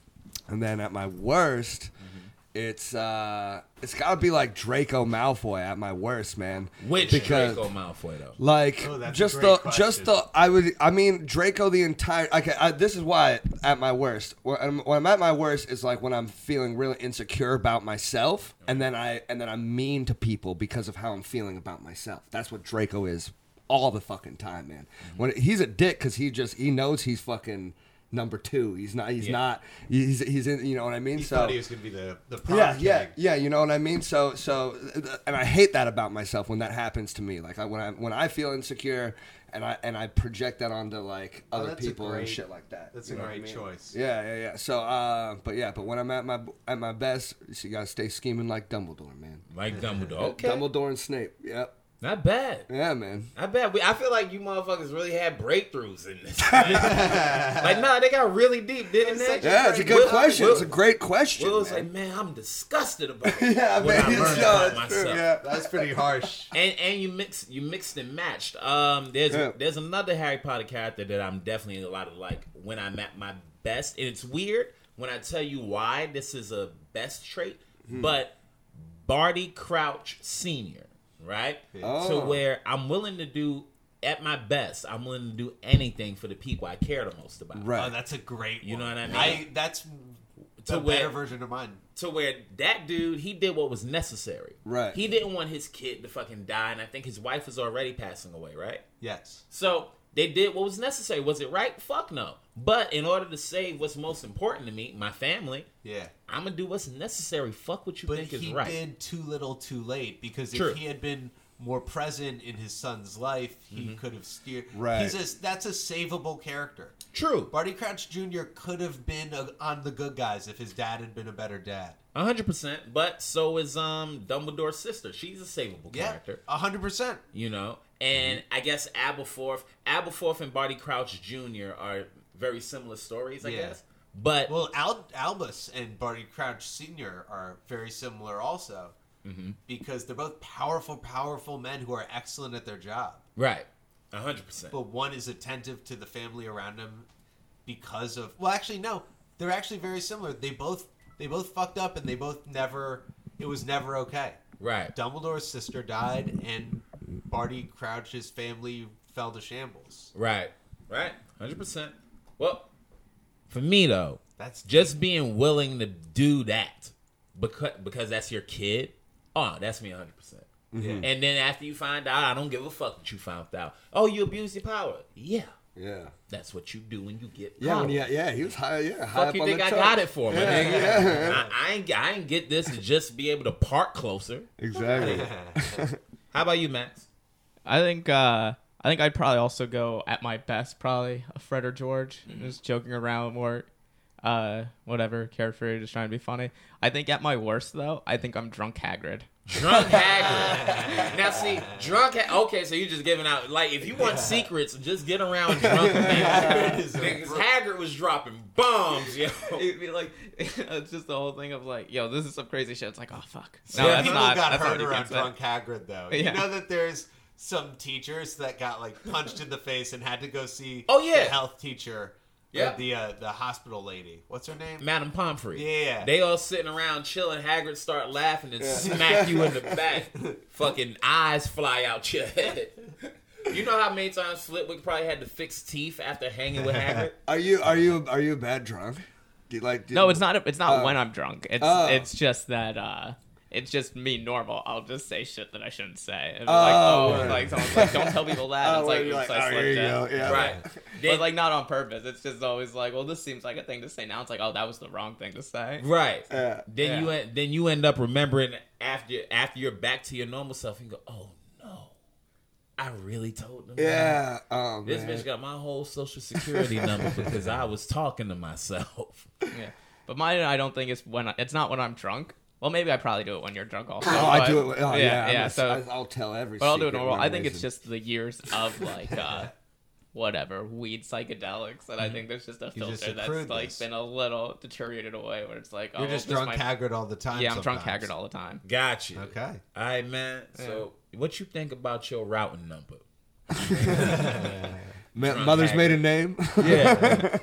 And then at my worst,
Mm-hmm.
it's uh, it's got to be like Draco Malfoy at my worst, man.
Which
Because-
Draco Malfoy, though?
Like
Oh, that's a
just the
great
just the I would I mean Draco the entire okay I, this is why at my worst when I'm, when I'm at my worst is like when I'm feeling really insecure about myself and then I and then I'm mean to people because of how I'm feeling about myself. That's what Draco is all the fucking time, man. When he's a dick because he just he knows he's fucking number two. He's not he's not he's he's in you know what I mean.
He
so
thought he was gonna be the the prom
yeah,
king.
yeah, yeah. You know what I mean. So, so, and I hate that about myself when that happens to me. Like I, when I when I feel insecure, and I and I project that onto like
Oh,
other
that's a
people and
great-
shit like that.
That's
you
a
know what I
great
mean?
choice.
Yeah, yeah, yeah. So, uh, but yeah, but when I'm at my at my best, so you gotta stay scheming like Dumbledore, man.
Like Dumbledore. Okay.
Dumbledore and Snape. Yep.
Not bad.
Yeah, man.
I bet. We, I feel like you motherfuckers really had breakthroughs in this. like, nah, they got really deep, didn't they?
Yeah, it's a good
Will-
question.
Will-
it's a great question.
Will was
man.
like, man, I'm disgusted about
yeah,
what I
man.
learned about
yeah, it's true,
myself.
yeah.
That's pretty harsh.
And and you mix you mixed and matched. Um, there's
Yeah.
there's another Harry Potter character that I'm definitely a lot of like when I'm at my best, and it's weird when I tell you why this is a best trait,
Hmm.
but Barty Crouch Senior, right?
Oh.
To where I'm willing to do at my best, I'm willing to do anything for the people I care the most about.
Right.
Oh, that's a great.
You know
one.
what I mean?
I that's
To
the
where-
better version of mine.
to where that dude he did what was necessary.
Right.
He didn't want his kid to fucking die, and I think his wife is already passing away, right?
Yes.
So they did what was necessary. Was it right? Fuck no. But in order to save what's most important to me, my family,
Yeah.
I'm gonna do what's necessary. Fuck what you
But
think
he
is right.
did too little, too late. Because
True.
if he had been more present in his son's life, he
Mm-hmm.
could have steered.
Right.
He's a, that's a savable character.
True.
Barty Crouch Jr. could have been uh on the good guys if his dad had been a better dad.
hundred percent. But so is um Dumbledore's sister. She's a savable
Yeah, Mhm.
character.
hundred percent.
you know. And I guess Aberforth, Aberforth and Barty Crouch Jr. are very similar stories, I
Yeah.
guess. But
Well, Al- Albus and Barty Crouch Senior are very similar, also, because they're both powerful, powerful men who are excellent at their job.
right, hundred percent.
But one is attentive to the family around him because of. Well, actually, no, they're actually very similar. They both they both fucked up, and they both never. It was never okay.
Right.
Dumbledore's sister died, and Barty Crouch's family fell to shambles.
Right. Right. Hundred percent. Well, for me though,
That's
just being willing to do that because because that's your kid. Oh, that's me hundred percent. And then after you find out, I don't give a fuck that you found out. Oh, you abused your power. Yeah,
Yeah.
that's what you do when you get
Yeah,
power.
when he, yeah, he was high. Yeah, high
Fuck
up
you
on
think
the
I
top.
got it for, my
Yeah,
nigga?
yeah.
I, I ain't I ain't get this to just be able to park closer.
Exactly.
How about you, Max?
I think uh, I think I'd probably also go at my best, probably a Fred or George,
Mm-hmm.
just joking around more, uh, whatever, carefree, just trying to be funny. I think at my worst though, I think I'm drunk Hagrid.
Drunk Hagrid. now see, drunk. Ha- okay, so you're just giving out like if you want secrets, just get around drunk Hagrid. Because Hagrid was dropping bombs, yo.
It'd be like it's just the whole thing of like, yo, this is some crazy shit. It's like, oh fuck,
Yeah,
no, that's
people
not.
got
that's not
hurt
what you
around
can say.
drunk Hagrid, though.
Yeah.
You know that there's some teachers that got like punched in the face and had to go see
Oh, yeah.
the health teacher
Yeah.
The uh, the hospital lady. What's her name?
Madam Pomfrey.
Yeah.
They all sitting around chilling. Hagrid start laughing and smack you in the back. Fucking eyes fly out your head. You know how many times Flitwick probably had to fix teeth after hanging with Hagrid?
Are you are you are you a bad drunk? Do you like? Do
No, it's not. It's not when I'm drunk. It's
oh.
it's just that. uh it's just me normal. I'll just say shit that I shouldn't say. And be like, oh,
right.
like, someone's like, don't tell people that.
Oh,
it's
wait,
Uh, like,
you're
oops,
like,
I
oh, here
slipped
you
up.
go. Yeah.
Right.
But
Then-
like not on purpose. It's just always like, well, this seems like a thing to say. Now it's like, oh, that was the wrong thing to say.
Right.
Uh, Yeah.
Then
Yeah.
you en- then you end up remembering after after you're back to your normal self and you go, oh no, I really told them. that."
Yeah. Oh,
This
man.
bitch got my whole social security number because I was talking to myself.
Yeah. But mine, I don't think it's when I, it's not when I'm drunk. Well, maybe I probably do it when you're drunk also.
Oh, I
but-
do it. Oh, yeah.
yeah.
I'm a-
so,
I, will tell every.
but I'll do it
secret
normal. I think
revelation.
it's just the years of like uh, whatever weed psychedelics, and I think there's just a filter
just
that's
accrued
like
this.
been a little deteriorated away, where it's like, oh,
You're just
this
drunk
might-
haggard all the time.
Yeah, I'm drunk
sometimes.
haggard all the time.
Got you.
Okay.
All right, man. So, what you think about your routing number?
Ma- mother's
haggard.
made a name.
Yeah.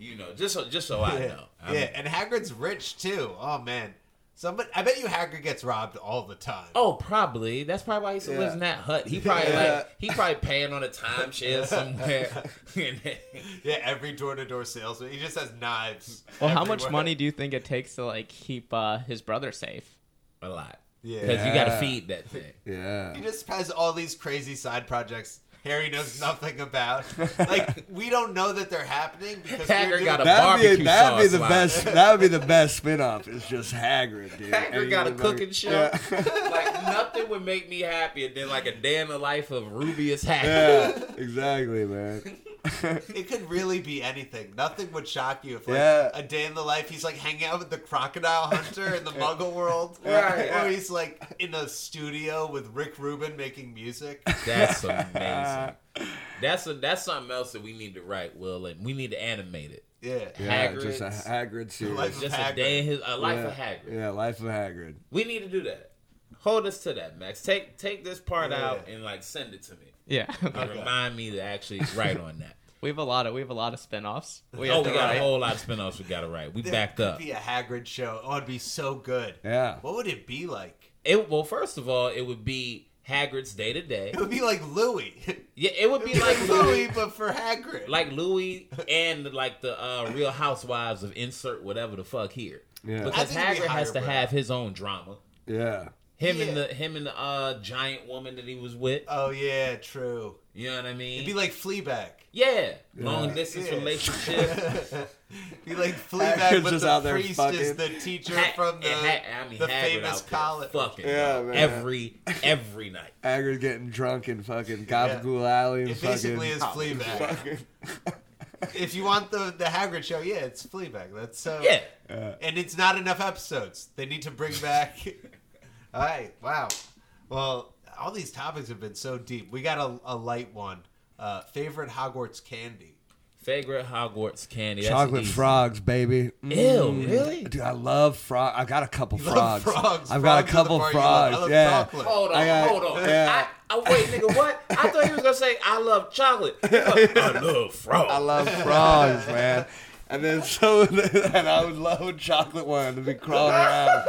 you know, just so just so I know. I
yeah,
mean-
and Hagrid's rich too. Oh man, somebody. I bet you Hagrid gets robbed all the time.
Oh, probably. That's probably why he still lives in that hut. He probably
Yeah.
like he probably paying on a timeshare somewhere.
Yeah, every door to door salesman. He just has knives.
Well, how much
everywhere.
money do you think it takes to like keep uh, his brother safe?
a lot.
Yeah.
Because you gotta
Yeah.
feed that thing.
yeah.
He just has all these crazy side projects Harry knows nothing about. like we don't know that they're happening because we're
Hagrid
doing-
got a
That'd
barbecue
be that'd be
sauce
the
line.
best. That would be the best spinoff. It's just Hagrid, dude.
Hagrid got a
Everybody-
cooking show.
Yeah.
like nothing would make me happier than like a day in the life of Rubius Hagrid.
yeah, exactly, man.
It could really be anything. Nothing would shock you if, like,
Yeah.
a day in the life he's like hanging out with the crocodile hunter in the Muggle world,
Right,
or
yeah.
he's like in a studio with Rick Rubin making music.
That's amazing. That's a, that's something else that we need to write, Will, and we need to animate it.
Yeah,
Yeah,
Hagrid,
just a Hagrid
Life
series.
of
just a
Hagrid.
day in his a life
yeah.
of Hagrid.
Yeah, life of Hagrid.
We need to do that. Hold us to that, Max. Take take this part
Yeah.
out and like send it to me.
Yeah.
And Remind me to actually write on that.
We have a lot of we have a lot of spin-offs. We
oh,
have
we
to
got a
write-
whole lot of spinoffs we got to write. We backed up.
It'd be a Hagrid show. Oh, it'd be so good.
Yeah.
What would it be like?
It well, first of all, it would be Hagrid's day to day.
It would be like Louis.
Yeah, it would be like
Louis,
Louis,
but for Hagrid.
like Louis, and like the uh, Real Housewives of insert whatever the fuck here.
Yeah.
I
Because
think it'd be
Hagrid has
higher,
to
bro.
have his own drama.
Yeah.
Him and
Yeah.
the him and the uh, giant woman that he was with.
oh yeah, true.
You know what I mean?
It'd be like Fleabag.
yeah, long distance
Yeah.
relationship.
Be like Fleabag with
just
the
out there
priest is
fucking-
the teacher
Ha-
from the,
and Ha- I mean,
the
Hagrid
famous
out there
college.
Fucking
Yeah,
dog.
man.
every every night.
Hagrid getting drunk in fucking Gabagool Alley and
It
fucking.
basically is Fleabag. if you want the the Hagrid show, yeah, it's Fleabag. That's so.
Yeah.
And it's not enough episodes. They need to bring back. all right. Wow. Well, all these topics have been so deep. We got a, a light one. Uh, favorite Hogwarts candy.
Favorite Hogwarts candy. That's
Chocolate
easy.
frogs, baby. Mm.
Ew, really?
Dude, I love frog. I got a couple
love
frogs.
frogs.
I've
Frogs are
got a
the
couple
part you love.
frogs.
I love
yeah.
chocolate.
Hold on,
I got-
hold on.
yeah.
I, I wait, nigga, what? I thought he was gonna say I love chocolate. Fuck, I love frog.
I love frogs, man. And then so and I would love a chocolate one to be crawling around.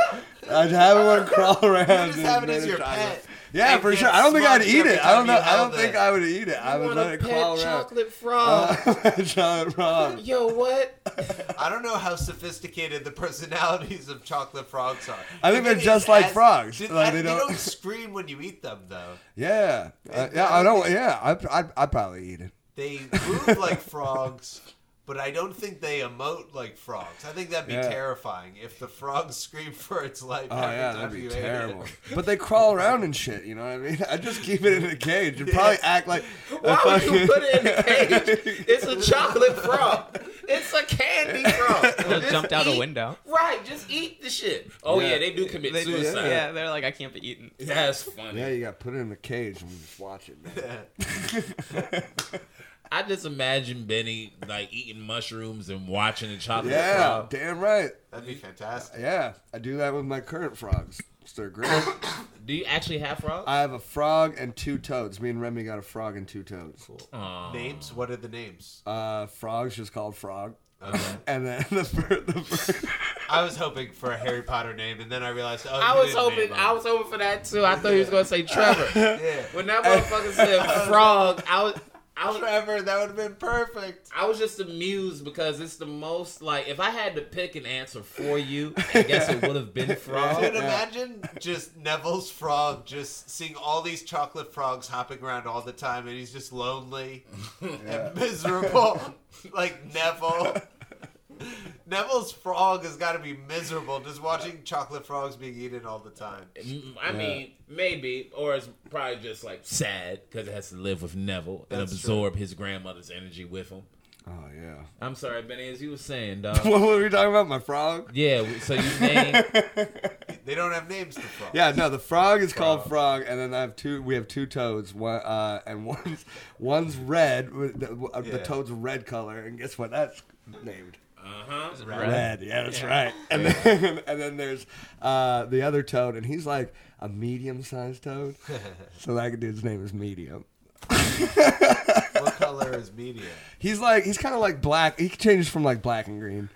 I'd have one crawl around.
just
and
have it as
made of
your
chocolate.
pet.
Yeah,
It
for
gets
sure. I don't think I'd
smudged
eat
every
it. I
time
don't
you
know. I
held
don't think
it.
I would eat it. I
I
would
want
let
a
it
pet
crawl around.
chocolate frog.
Chocolate frog.
Yo, what?
I don't know how sophisticated the personalities of chocolate frogs are.
I think
The
they're
thing
just
is,
like
as-
frogs.
Did-
Like,
I-
they
they
don't-
don't scream when you eat them, though.
Yeah. Uh, yeah. I don't. Yeah. I. I. I'd probably eat it.
They move like frogs, but I don't think they emote like frogs. I think that'd be
Yeah.
terrifying if the frog screamed for its life
Oh
every
yeah,
time
that'd be
you
terrible.
ate it.
But they crawl around and shit. You know what I mean? I just keep it in a cage. You'd probably act like. a
Why would you
fucking-
put it in a cage? It's a chocolate frog. It's a candy frog.
Just jumped out a window.
Right, just eat the shit. Oh yeah, they do commit
They just,
suicide.
yeah, they're like, I can't be eaten.
That's funny.
Yeah, you got to put it in the cage and just watch it, man.
I just imagine Benny like eating mushrooms and watching the chocolate
Yeah,
frog.
damn right.
That'd be fantastic.
Yeah, I do that with my current frogs. They're great.
Do you actually have frogs?
I have a frog and two toads. Me and Remy got a frog and two toads.
Names? What are the names?
Uh, frog's just called frog. and then the, fir- the fir-
I was hoping for a Harry Potter name, and then I realized. Oh,
I
you
was
didn't name
hoping.
them.
I was hoping for that too. I thought he was gonna say Trevor. When that motherfucker said frog, I was. I was,
Trevor, that would have been perfect.
I was just amused because it's the most like if I had to pick an answer for you, I guess it would have been
Dude,
frog.
imagine just Neville's frog, just seeing all these chocolate frogs hopping around all the time, and he's just lonely and miserable, like Neville. Neville's frog has got to be miserable just watching chocolate frogs being eaten all the time.
I mean, maybe, or it's probably just like sad because it has to live with Neville and
That's
absorb his grandmother's energy with him.
oh yeah.
I'm sorry, Benny, as you were saying, dog.
What were we talking about? My frog.
yeah, so you named
They don't have names to frogs.
Yeah, no, the frog is called frog, and then I have two. We have two toads. One uh, and one's one's red. with The, uh, the
Yeah.
toad's red color, and guess what? That's named
red.
red. Yeah, that's right. And then and then there's uh, the other toad, and he's like a medium-sized toad. so that dude's name is medium.
What color is medium?
He's like he's kind of like black. He changes from like black and green.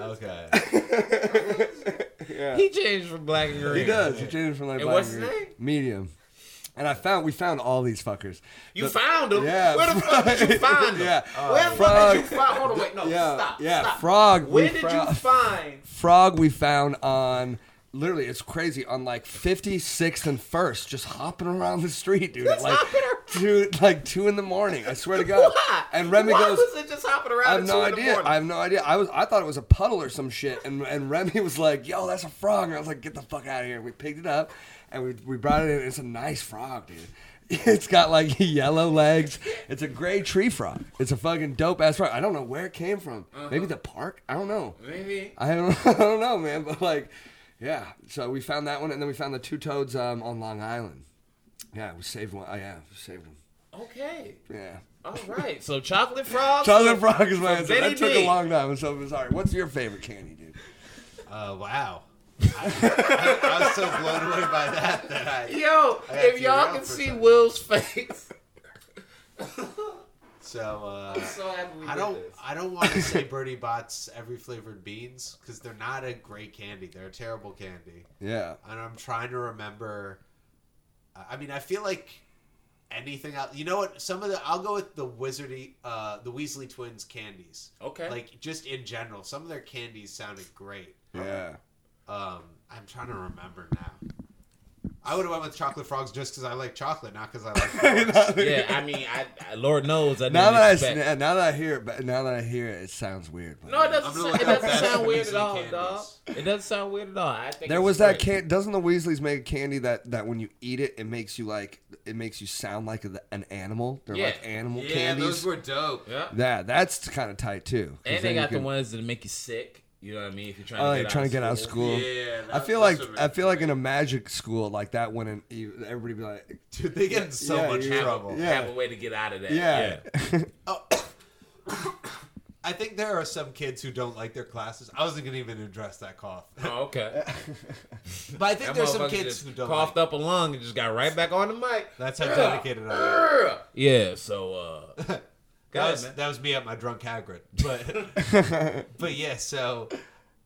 Okay.
He changed from black and green.
He does. He changes from like
And
black
what's
and
his
green.
name?
Medium. And I found we found all these fuckers.
You found him.
Yeah.
Where the fuck did you find him?
Yeah.
Where the fuck
Frog.
did you find? Hold on, wait, no,
Yeah,
Oh, stop.
yeah,
stop.
frog, we
Where did you
frog.
find?
frog we found on literally it's crazy on like 56th and first just hopping around the street dude at like
hopping around?
two like two in the morning i swear to god
Why?
and remy
Why
goes
was it just hopping around?
I
at
have
two
no
in the
idea.
morning?
I have no idea. I was. I thought it was a puddle or some shit. And and Remy was like, "Yo, that's a frog." And I was like, "Get the fuck out of here." We picked it up, and we we brought it in. It's a nice frog, dude. It's got like yellow legs. It's a gray tree frog. It's a fucking dope ass frog. I don't know where it came from. Maybe the park. I don't know.
Uh-huh. Maybe.
I don't, I don't know, man. But like, yeah. So we found that one, and then we found the two toads um, on Long Island. Yeah, we saved one. Oh, yeah, we saved them.
Okay.
Yeah.
All right. So chocolate frogs.
Chocolate frog is my answer.
Benny
That took
D.
a long time. I'm so sorry. What's your favorite candy, dude?
Uh, wow. I, I, I was so blown away by that that I.
Yo,
I had
if
to
y'all
round
can
for
see
something.
Will's face,
So, uh,
so happy we
I
did
don't.
this.
I don't want to say Birdie Bot's every flavored beans because they're not a great candy. They're a terrible candy,
Yeah.
and I'm trying to remember. I I mean, I feel like anything else. You know what? Some of the I'll go with the Wizardy, uh, the Weasley twins candies.
Okay.
Like just in general, some of their candies sounded great.
Yeah.
Um, I'm trying to remember now. I would have went with chocolate frogs just because I like chocolate, not because I like. Frogs.
yeah, I mean, I, I Lord knows I didn't
Now that I
expect.
s- now that I hear it, but now that I hear it, it sounds weird. but-
no, it
I'm
doesn't.
gonna
Sound,
look
it
up
doesn't
best
sound weird
Weasley
at all,
candies.
dog. It doesn't sound weird at all. I think
There
it's
was that
great.
can. Doesn't the Weasleys make candy that that when you eat it, it makes you like it makes you sound like a, an animal? They're
Yeah.
like animal
yeah,
candies.
those were dope.
Yeah.
yeah, that's kind of tight too. 'cause
And
then
they
you
got the
can-
ones that make you sick. You know what I mean? If you're trying
Oh,
to
you're
get
trying to get out of school.
Yeah,
I
that-
feel like
that's what
I
makes
feel like in a magic school like that when an, you- everybody be like,
Dude, they get in so
Yeah,
much
you-
trouble.
yeah.
Have a way to get out of that.
yeah,
I think there are some kids who don't like their classes. I wasn't gonna even address that cough,
Oh, okay.
but I think
That
there's some
motherfucker
kids
just
who don't.
coughed
like
up a lung and just got right back on the mic.
That's how dedicated I am.
Yeah, so uh go
That
ahead,
was,
man.
that was me at my drunk Hagrid, but but yeah. So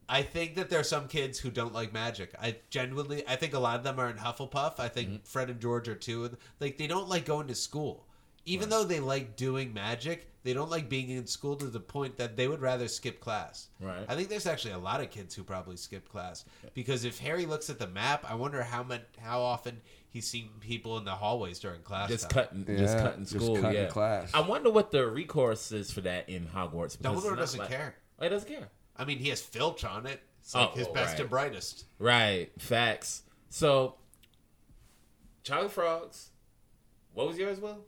I think that there are some kids who don't like magic. I genuinely, I think a lot of them are in Hufflepuff. I think
Mm-hmm.
Fred and George are too. And, Like they don't like going to school, even though they like doing magic. They don't like being in school to the point that they would rather skip class.
Right.
I think there's actually a lot of kids who probably skip class because if Harry looks at the map, I wonder how much, how often he's seen people in the hallways during class.
Just
time.
cutting just
Yeah,
cutting
just
school.
cutting
yeah.
class.
I wonder what the recourse is for that in Hogwarts. because it's
Dumbledore
not
doesn't
like-
care.
Oh, he doesn't care.
I mean, he has Filch on it. It's like
Oh,
his
oh,
best
right.
and brightest.
Right. Facts. So Chocolate Frogs. What was yours, Will?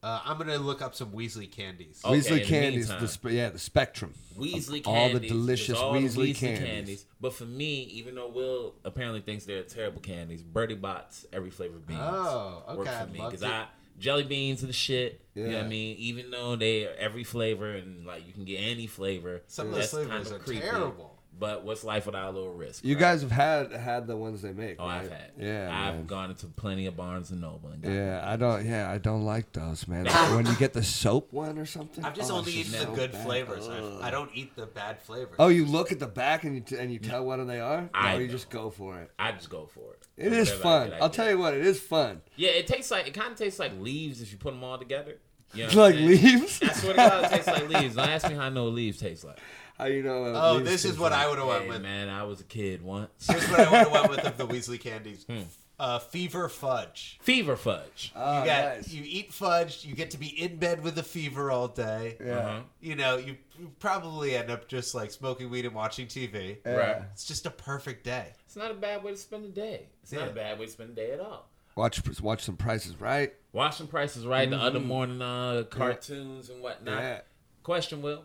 Uh, I'm gonna look up some Weasley candies.
Okay, in
Weasley
the
candies.
meantime.
the sp- yeah, the spectrum. of
Weasley candies.
All the
There's
delicious
all the
Weasley, candies.
But for me, even though Will apparently thinks they're terrible candies, Birdie Bots, every flavored beans.
Oh,
work
okay, I
for me
loved
because
it.
I jelly beans and shit. You know what I
Yeah.
mean? Even though they are every flavor and like you can get any flavor,
Some of
that's
those flavors
kinda
are terrible.
But what's life without a little risk?
You
right?
guys have had had the ones they make.
Oh, I've
right?
had.
Yeah,
I've
man.
gone into plenty of Barnes and Noble and got
Yeah, I don't. Yeah, I don't like those, man. Like when you get the soap one or something.
I've just
oh,
only
it's
eaten the
so
good
bad.
flavors.
Ugh.
I, I don't eat the bad flavors.
Oh, you look at the back and you t- and you tell what they are.
I
or you
know.
just go for it.
I just go for it.
It is
Whatever I
fun.
get, I
I'll
get.
tell you what, it is fun.
Yeah, it tastes like it kind of tastes like leaves if you put them all together. You know
It's
what I'm
like
saying?
leaves.
I swear to God, it tastes like leaves. Don't ask me how I know what leaves taste like.
How you know? what
Oh,
leaves
this is
taste
what
like.
I would have went
Hey,
with.
man, I was a kid once.
Here's what I would have went with of the Weasley candies.
Hmm.
Uh, fever fudge.
Fever fudge.
Oh,
You got
nice.
you eat fudge. You get to be in bed with a fever all day.
Yeah. Uh-huh.
You know you you probably end up just like smoking weed and watching TV.
Right.
It's just a perfect day.
It's not a bad way to spend a day. It's not a bad way to spend a day at all.
Watch watch some prices, right?
Watching prices right the
Mm-hmm.
other morning, uh, cartoons and whatnot.
Yeah.
Question, Will.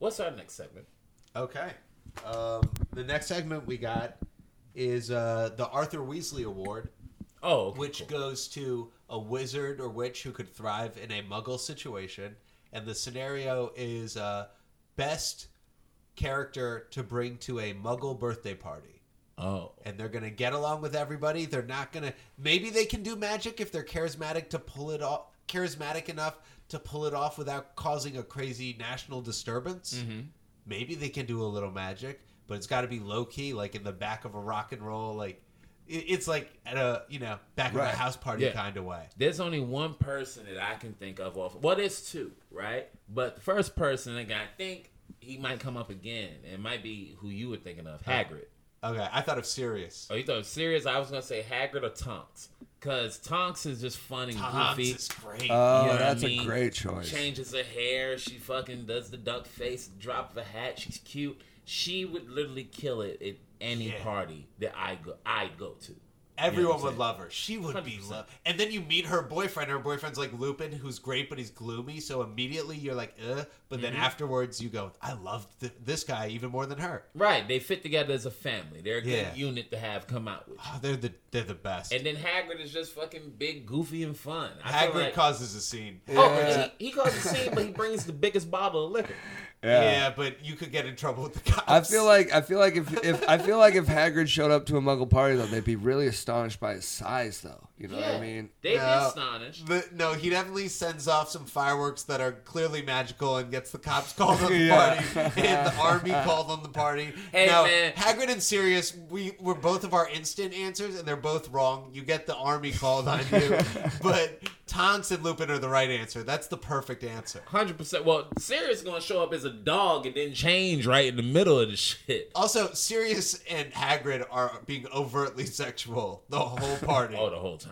What's our next segment?
Okay. Um, the next segment we got is uh, the Arthur Weasley Award,
Oh, okay,
which
cool.
goes to a wizard or witch who could thrive in a muggle situation. And the scenario is uh, best character to bring to a muggle birthday party.
oh,
And they're going to get along with everybody. They're not going to. Maybe they can do magic if they're charismatic to pull it off. Charismatic enough to pull it off without causing a crazy national disturbance
Mm-hmm.
maybe they can do a little magic, but it's got to be low key, like in the back of a rock and roll, like it, it's like at a you know back of
Right.
a house party
Yeah.
kind of way.
There's only one person that I can think of off. Well, there's two, right? But the first person that I think he might come up again. It might be who you were thinking of, Hagrid.
Okay, I thought of serious.
Oh, you thought serious? I was gonna say Hagrid or Tonks, cause Tonks is just fun and
Hans
goofy. Uh,
is great.
Oh,
You know what I
that's
mean?
a great choice.
Changes her hair. She fucking does the duck face, drop the hat. She's cute. She would literally kill it at any
Yeah.
party that I go. I go to.
Everyone
I'm
would
saying?
love her. She would be
100%.
loved. And then you meet her boyfriend. Her boyfriend's like Lupin, who's great, but he's gloomy. So immediately you're like, Ugh. But
Mm-hmm.
then afterwards you go, I loved th- this guy even more than her.
Right. They fit together as a family. They're a
Yeah.
good unit to have come out with.
Oh, they're the they're the best.
And then Hagrid is just fucking big, goofy, and fun. I feel
Hagrid
like,
causes a scene.
Oh, but he, he causes a scene, but he brings the biggest bottle of liquor.
Yeah. but you could get in trouble with the cops.
I feel like I feel like if, if I feel like if Hagrid showed up to a Muggle party though, they'd be really astonished by his size though. You know what I mean?
They've
No.
been astonished.
The, no, he definitely sends off some fireworks that are clearly magical and gets the cops called on the
Yeah.
party and the army called on the party.
Hey,
now,
man.
Hagrid and Sirius, we were both of our instant answers, and they're both wrong. You get the army called on you, but Tonks and Lupin are the right answer. That's the perfect answer.
Hundred percent. Well, Sirius gonna show up as a dog and then change right in the middle of the shit.
Also, Sirius and Hagrid are being overtly sexual the whole party.
Oh, the whole time,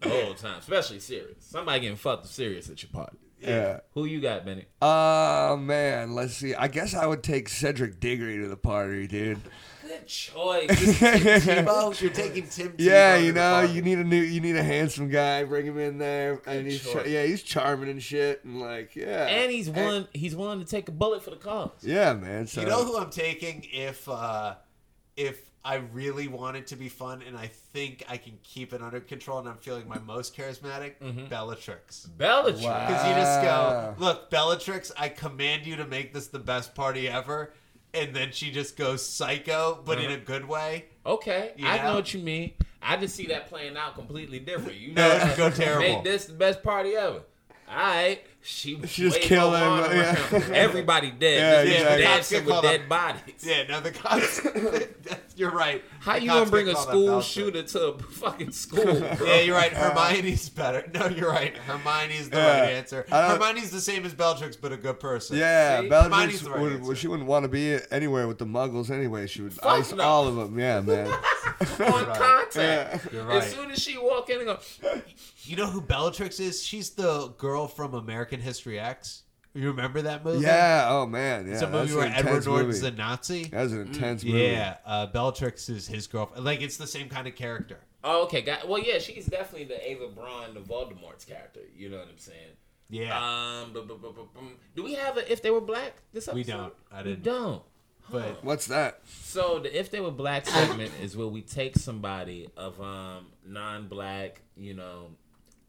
the whole time, especially Sirius. Somebody getting fucked with Sirius at your party.
Yeah.
Who you got, Benny?
Oh man, let's see. I guess I would take Cedric Diggory to the party, dude.
Good choice.
Tebow, you're taking Tim.
Yeah,
Tebow to
you
the
know,
party.
you need a new, you need a handsome guy. Bring him in there, and he's char-
choice.
yeah, he's charming and shit, and like yeah,
and he's willing. He's willing to take a bullet for the cause.
yeah, man. So
You know who I'm taking if uh, if I really want it to be fun and I think I can keep it under control and I'm feeling my most charismatic?
Mm-hmm.
Bellatrix.
Bellatrix.
Wow.
Because you just go,
Ah.
look, Bellatrix, I command you to make this the best party ever. And then she just goes psycho, but
Uh-huh.
in a good way.
Okay,
You
I
know?
know what you mean. I just see that playing out completely different. You
No,
know,
it'd go terrible.
Make this the best party ever. All right, she,
She just
way
killed
more on
everybody,
around. Everybody
Yeah,
dead. This is
exactly.
dancing with
Call them-
dead bodies.
Yeah, now the cops. that's- you're right.
How
The
you
cops
gonna bring
get
a
called on
school
Bellatrix.
shooter to a fucking school? Bro?
Yeah, you're right. Hermione's better. No, you're right. Hermione's the
Uh, Yeah.
right answer.
I don't-
Hermione's the same as Bellatrix, but a good person.
Yeah,
See?
Bellatrix
Hermione's the right
would,
answer.
well, she wouldn't want to be anywhere with the Muggles anyway. She would ice
no.
all of them. Yeah, man.
on contact.
You're
As
right.
soon as she walk in and go,
You know who Bellatrix is? She's the girl from American History X. You remember that movie?
Yeah. Oh man. Yeah.
It's a movie
that's
where
an
Edward
intense
Norton's
movie.
a Nazi.
That was an intense movie.
Yeah, uh, Bellatrix is his girlfriend. Like, it's the same kind of character.
oh, okay, got. Well, yeah, she's definitely the Ava Braun, the Voldemort's character. You know what I'm saying?
Yeah.
Um, bu- bu- bu- bu- bum. do we have a if they were black? This episode?
We don't. I
We
didn't.
don't.
But
What's that?
So the if they were black segment is where we take somebody of um non-black, you know,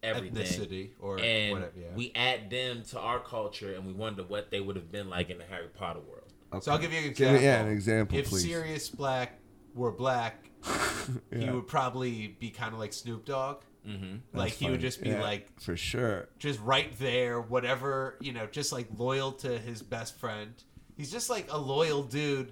everything
ethnicity or
and
whatever. Yeah.
we add them to our culture, and we wonder what they would have been like in the Harry Potter world.
So I'll give you an
Give
example.
me- yeah, an example,
If
please.
Sirius Black were black, he would probably be kind of like Snoop Dogg. Mm-hmm. Like he would just be
Yeah,
like
for sure.
just right there, whatever you know, just like loyal to his best friend. He's just like a loyal dude,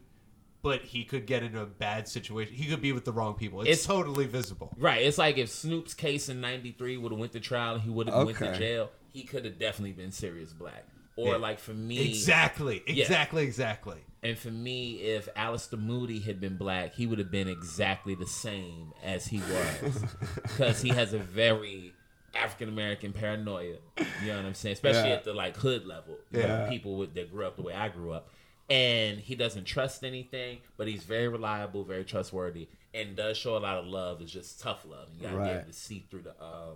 but he could get into a bad situation. He could be with the wrong people. It's,
It's-
totally visible.
Right. It's like if Snoop's case in '93 would have went to trial, and he would have went to
Okay.
jail. He could have definitely been serious black. Or
Yeah.
like for me,
Exactly, exactly, exactly.
and for me, if Alistair Moody had been black, he would have been exactly the same as he was, because he has a very African American paranoia. You know what I'm saying? Especially
Yeah.
at the like hood level, you know,
Yeah.
people with, that grew up the way I grew up, and he doesn't trust anything, but he's very reliable, very trustworthy, and does show a lot of love. It's just tough love. You gotta be
Right.
able to see through the um,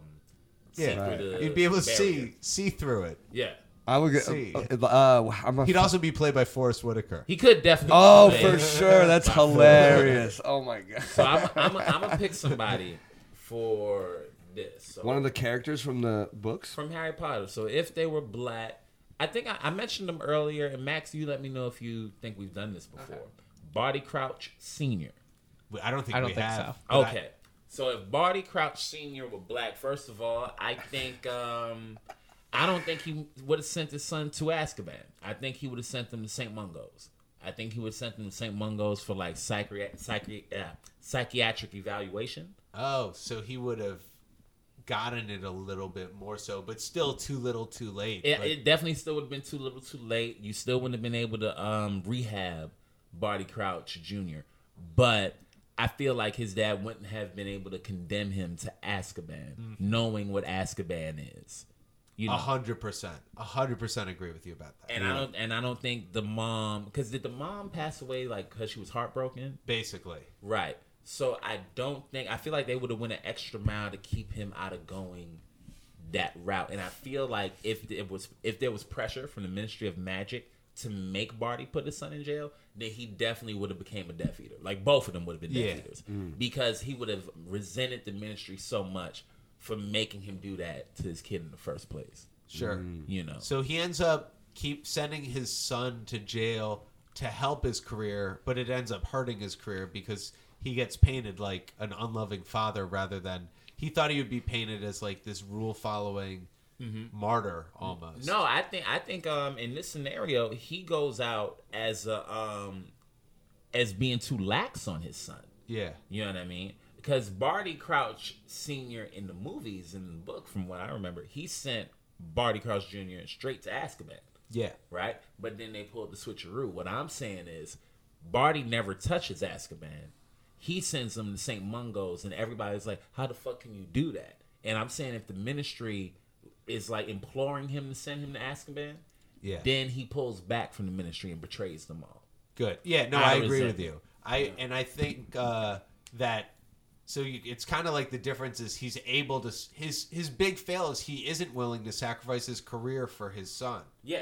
see
Yeah,
through the
you'd be able to
barrier.
see see through it.
Yeah,
I would get.
See.
Uh, uh, I'm a
He'd also be played by Forrest Whitaker.
he could definitely.
Oh,
Yeah.
for sure. That's hilarious. Oh my god.
So I'm I'm I'm gonna pick somebody for this. So
One of the characters from the books.
from Harry Potter. So if they were black, I think I, I mentioned them earlier. And Max, you let me know if you think we've done this before. Barty Crouch Senior.
I don't think
I don't
we
think
have.
so.
but I-
Okay. So if Barty Crouch Senior were black, first of all, I think um, I don't think he would have sent his son to Azkaban. I think he would have sent them to St. Mungo's. I think he would have sent them to St. Mungo's for like psychri- psychri- uh, psychiatric evaluation.
Oh, so he would have gotten it a little bit more so, but still too little, too late.
It,
But
it definitely still would have been too little, too late. You still wouldn't have been able to um, rehab Barty Crouch Jr. But I feel like his dad wouldn't have been able to condemn him to Azkaban, knowing what Azkaban is. You
Mm-hmm. a
know,
hundred percent, a hundred percent agree with you about that.
and I don't, and I don't think the mom, because did the mom pass away like because she was heartbroken?
Basically,
Right. So I don't think I feel like they would have went an extra mile to keep him out of going that route. And I feel like if it was if there was pressure from the Ministry of Magic to make Barty put his son in jail, then he definitely would have became a Death Eater. Like both of them would have been Death
Yeah.
Eaters because he would have resented the Ministry so much for making him do that to his kid in the first place.
sure.
You know.
So he ends up keep sending his son to jail to help his career, but it ends up hurting his career because he gets painted like an unloving father rather than he thought he would be painted as like this rule following martyr almost.
Mm-hmm. No, I think I think um in this scenario he goes out as a um as being too lax on his son.
Yeah.
You know what I mean? Because Barty Crouch Senior in the movies in the book, from what I remember, he sent Barty Crouch Junior straight to Azkaban,
Yeah.
right? But then they pulled the switcheroo. What I'm saying is, Barty never touches Azkaban. He sends them to St. Mungo's, and everybody's like, "How the fuck can you do that?" And I'm saying, if the ministry is like imploring him to send him to Azkaban,
Yeah.
then he pulls back from the ministry and betrays them all.
Good. Yeah, no, I,
I
agree
resent
with you. I and I think uh, that so you, it's kind of like the difference is he's able to s- his his big fail is he isn't willing to sacrifice his career for his son,
Yeah,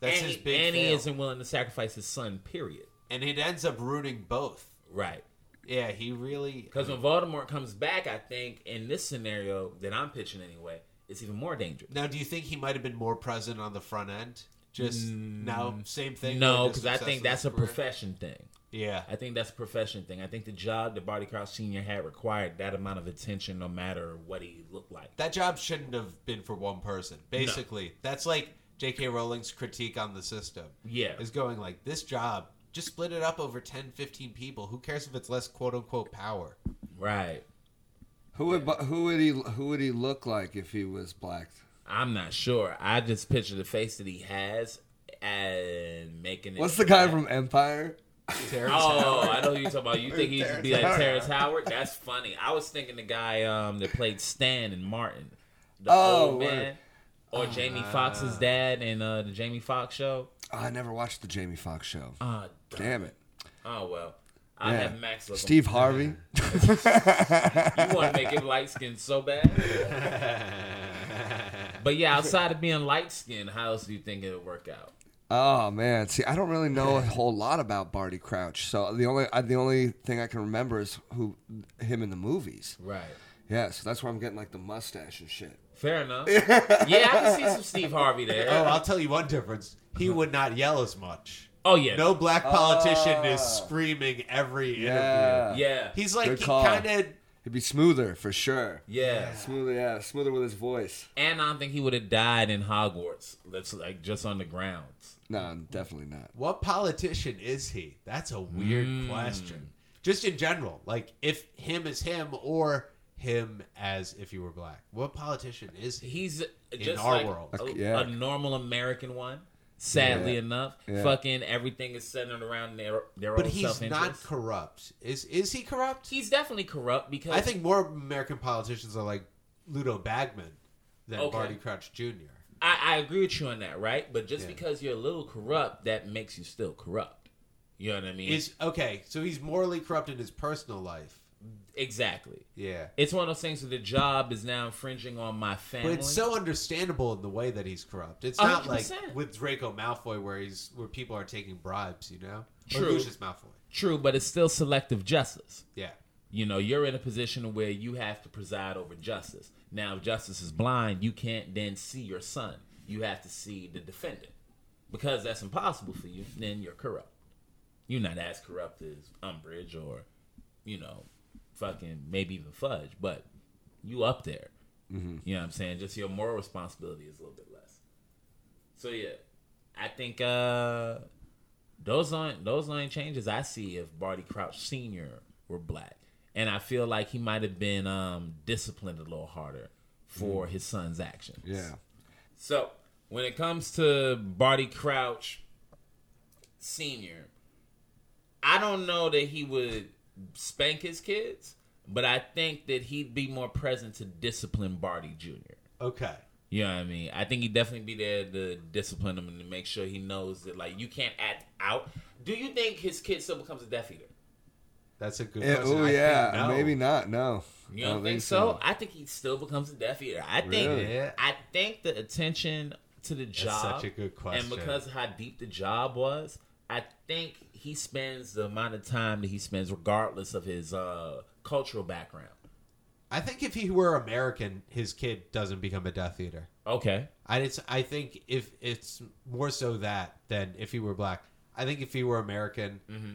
That's
and
his
he,
big
and he
fail.
isn't willing to sacrifice his son. Period.
and it ends up ruining both.
Right.
Yeah, he really.
Because when Voldemort comes back, I think in this scenario that I'm pitching anyway, it's even more dangerous.
Now, do you think he might have been more present on the front end? Just now, same thing.
Mm, No,
or just
because I
obsessed
think
with
that's
his
a
career?
profession thing.
Yeah,
I think that's a profession thing. I think the job that Barty Crouch Senior had required that amount of attention, no matter what he looked like.
that job shouldn't have been for one person. Basically, that's like J.K. Rowling's critique on the system.
Yeah.
is going like this job. Just split it up over 10, 15 people. Who cares if it's less quote unquote power?
Right.
Who would bu- who would he who would he look like if he was black?
I'm not sure. I just picture the face that he has and making it.
What's the guy from Empire?
Terrence
Oh,
Howard.
I know who you're talking about. You think he should be like
Terrence
Terrence Howard? That's funny. I was thinking the guy um, that played Stan and Martin, the
Oh,
old man, or Jamie Foxx's dad in uh, the Jamie Foxx show.
Oh, I never watched the Jamie Foxx show.
Uh,
Damn it.
oh well, I
Yeah.
have Max look.
Steve Harvey.
you want to make him light skinned so bad. but yeah, outside of being light skinned, how else do you think it'll work out?
Oh man, see, I don't really know a whole lot about Barty Crouch. So the only I, the only thing I can remember is who him in the movies.
Right.
Yeah, so that's where I'm getting like the mustache and shit.
Fair enough. yeah, I can see some Steve Harvey there.
Oh, I'll tell you one difference. He would not yell as much.
Oh yeah.
No black politician is screaming every
Ah. Yeah.
interview.
Yeah.
He's like
Good
he
call.
kind of
It'd be smoother for sure.
yeah.
Smoother, yeah, smoother with his voice.
And I don't think he would have died in Hogwarts. That's like just on the grounds.
No, definitely not.
what politician is he? That's a weird
Mm.
question. Just in general, like if him is him or him as if he were black. What politician is he?
He's just
our
like
world.
a,
Yeah.
a normal American one. Sadly
Yeah.
enough,
Yeah.
fucking everything is centered around their their
But
own
he's
self-interest.
not corrupt. Is is he corrupt?
he's definitely corrupt because
I think more American politicians are like Ludo Bagman than
Okay.
Barty Crouch Jr.
I, I agree with you on that, right? But just
Yeah.
because you're a little corrupt, that makes you still corrupt. You know what I mean?
Is okay, so he's morally corrupt in his personal life.
exactly.
Yeah.
It's one of those things where the job is now infringing on my family.
But it's so understandable in the way that he's corrupt. It's
A
not
hundred
like
percent.
with Draco Malfoy where he's where people are taking bribes, you know? Or
True.
Lucius Malfoy.
True, but it's still selective justice.
Yeah.
You know, you're in a position where you have to preside over justice. Now, if justice is blind, you can't then see your son. You have to see the defendant. Because that's impossible for you, then you're corrupt. You're not as corrupt as Umbridge or, you know, fucking maybe even Fudge, but you up there. You know what I'm saying? Just your moral responsibility is a little bit less. So yeah, I think uh those aren't those aren't changes I see if Barty Crouch Senior were black, and I feel like he might have been um disciplined a little harder for his son's actions.
Yeah.
So when it comes to Barty Crouch Senior, I don't know that he would spank his kids, but I think that he'd be more present to discipline Barty Junior.
Okay.
You know what I mean? I think he'd definitely be there to discipline him and to make sure he knows that like you can't act out. Do you think his kid still becomes a Death Eater?
That's a good
Yeah,
question.
oh
I
yeah,
think no.
maybe not. No,
You don't, think, so? I think he still becomes a Death Eater. I think
Really?
Yeah.
I think the attention to the job
such a good question.
And because of how deep the job was, I think he spends the amount of time that he spends regardless of his uh cultural background.
I think if he were American, his kid doesn't become a Death Eater.
Okay.
I it's I think if it's more so that than if he were black. I think if he were American,
Mm-hmm.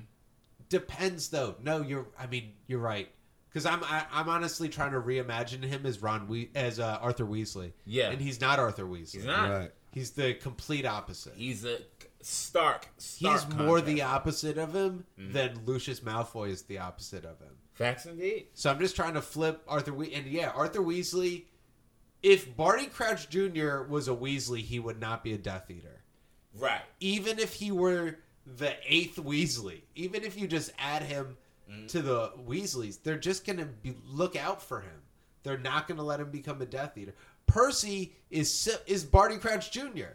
depends though. No, you're. I mean, you're right. Because I'm I, I'm honestly trying to reimagine him as Ron we- as uh, Arthur Weasley.
Yeah.
and he's not Arthur Weasley.
He's not.
Right.
He's the complete opposite.
He's a stark, stark
he's more the
contrast. Mm-hmm.
opposite of him than Lucius Malfoy is the opposite of him.
facts indeed.
So I'm just trying to flip Arthur we and yeah, Arthur Weasley. If Barty Crouch Jr. was a Weasley, he would not be a Death Eater.
Right.
Even if he were the eighth Weasley, even if you just add him to the Weasleys, they're just gonna be, look out for him. They're not gonna let him become a Death Eater. Percy is si- is Barty Crouch Jr.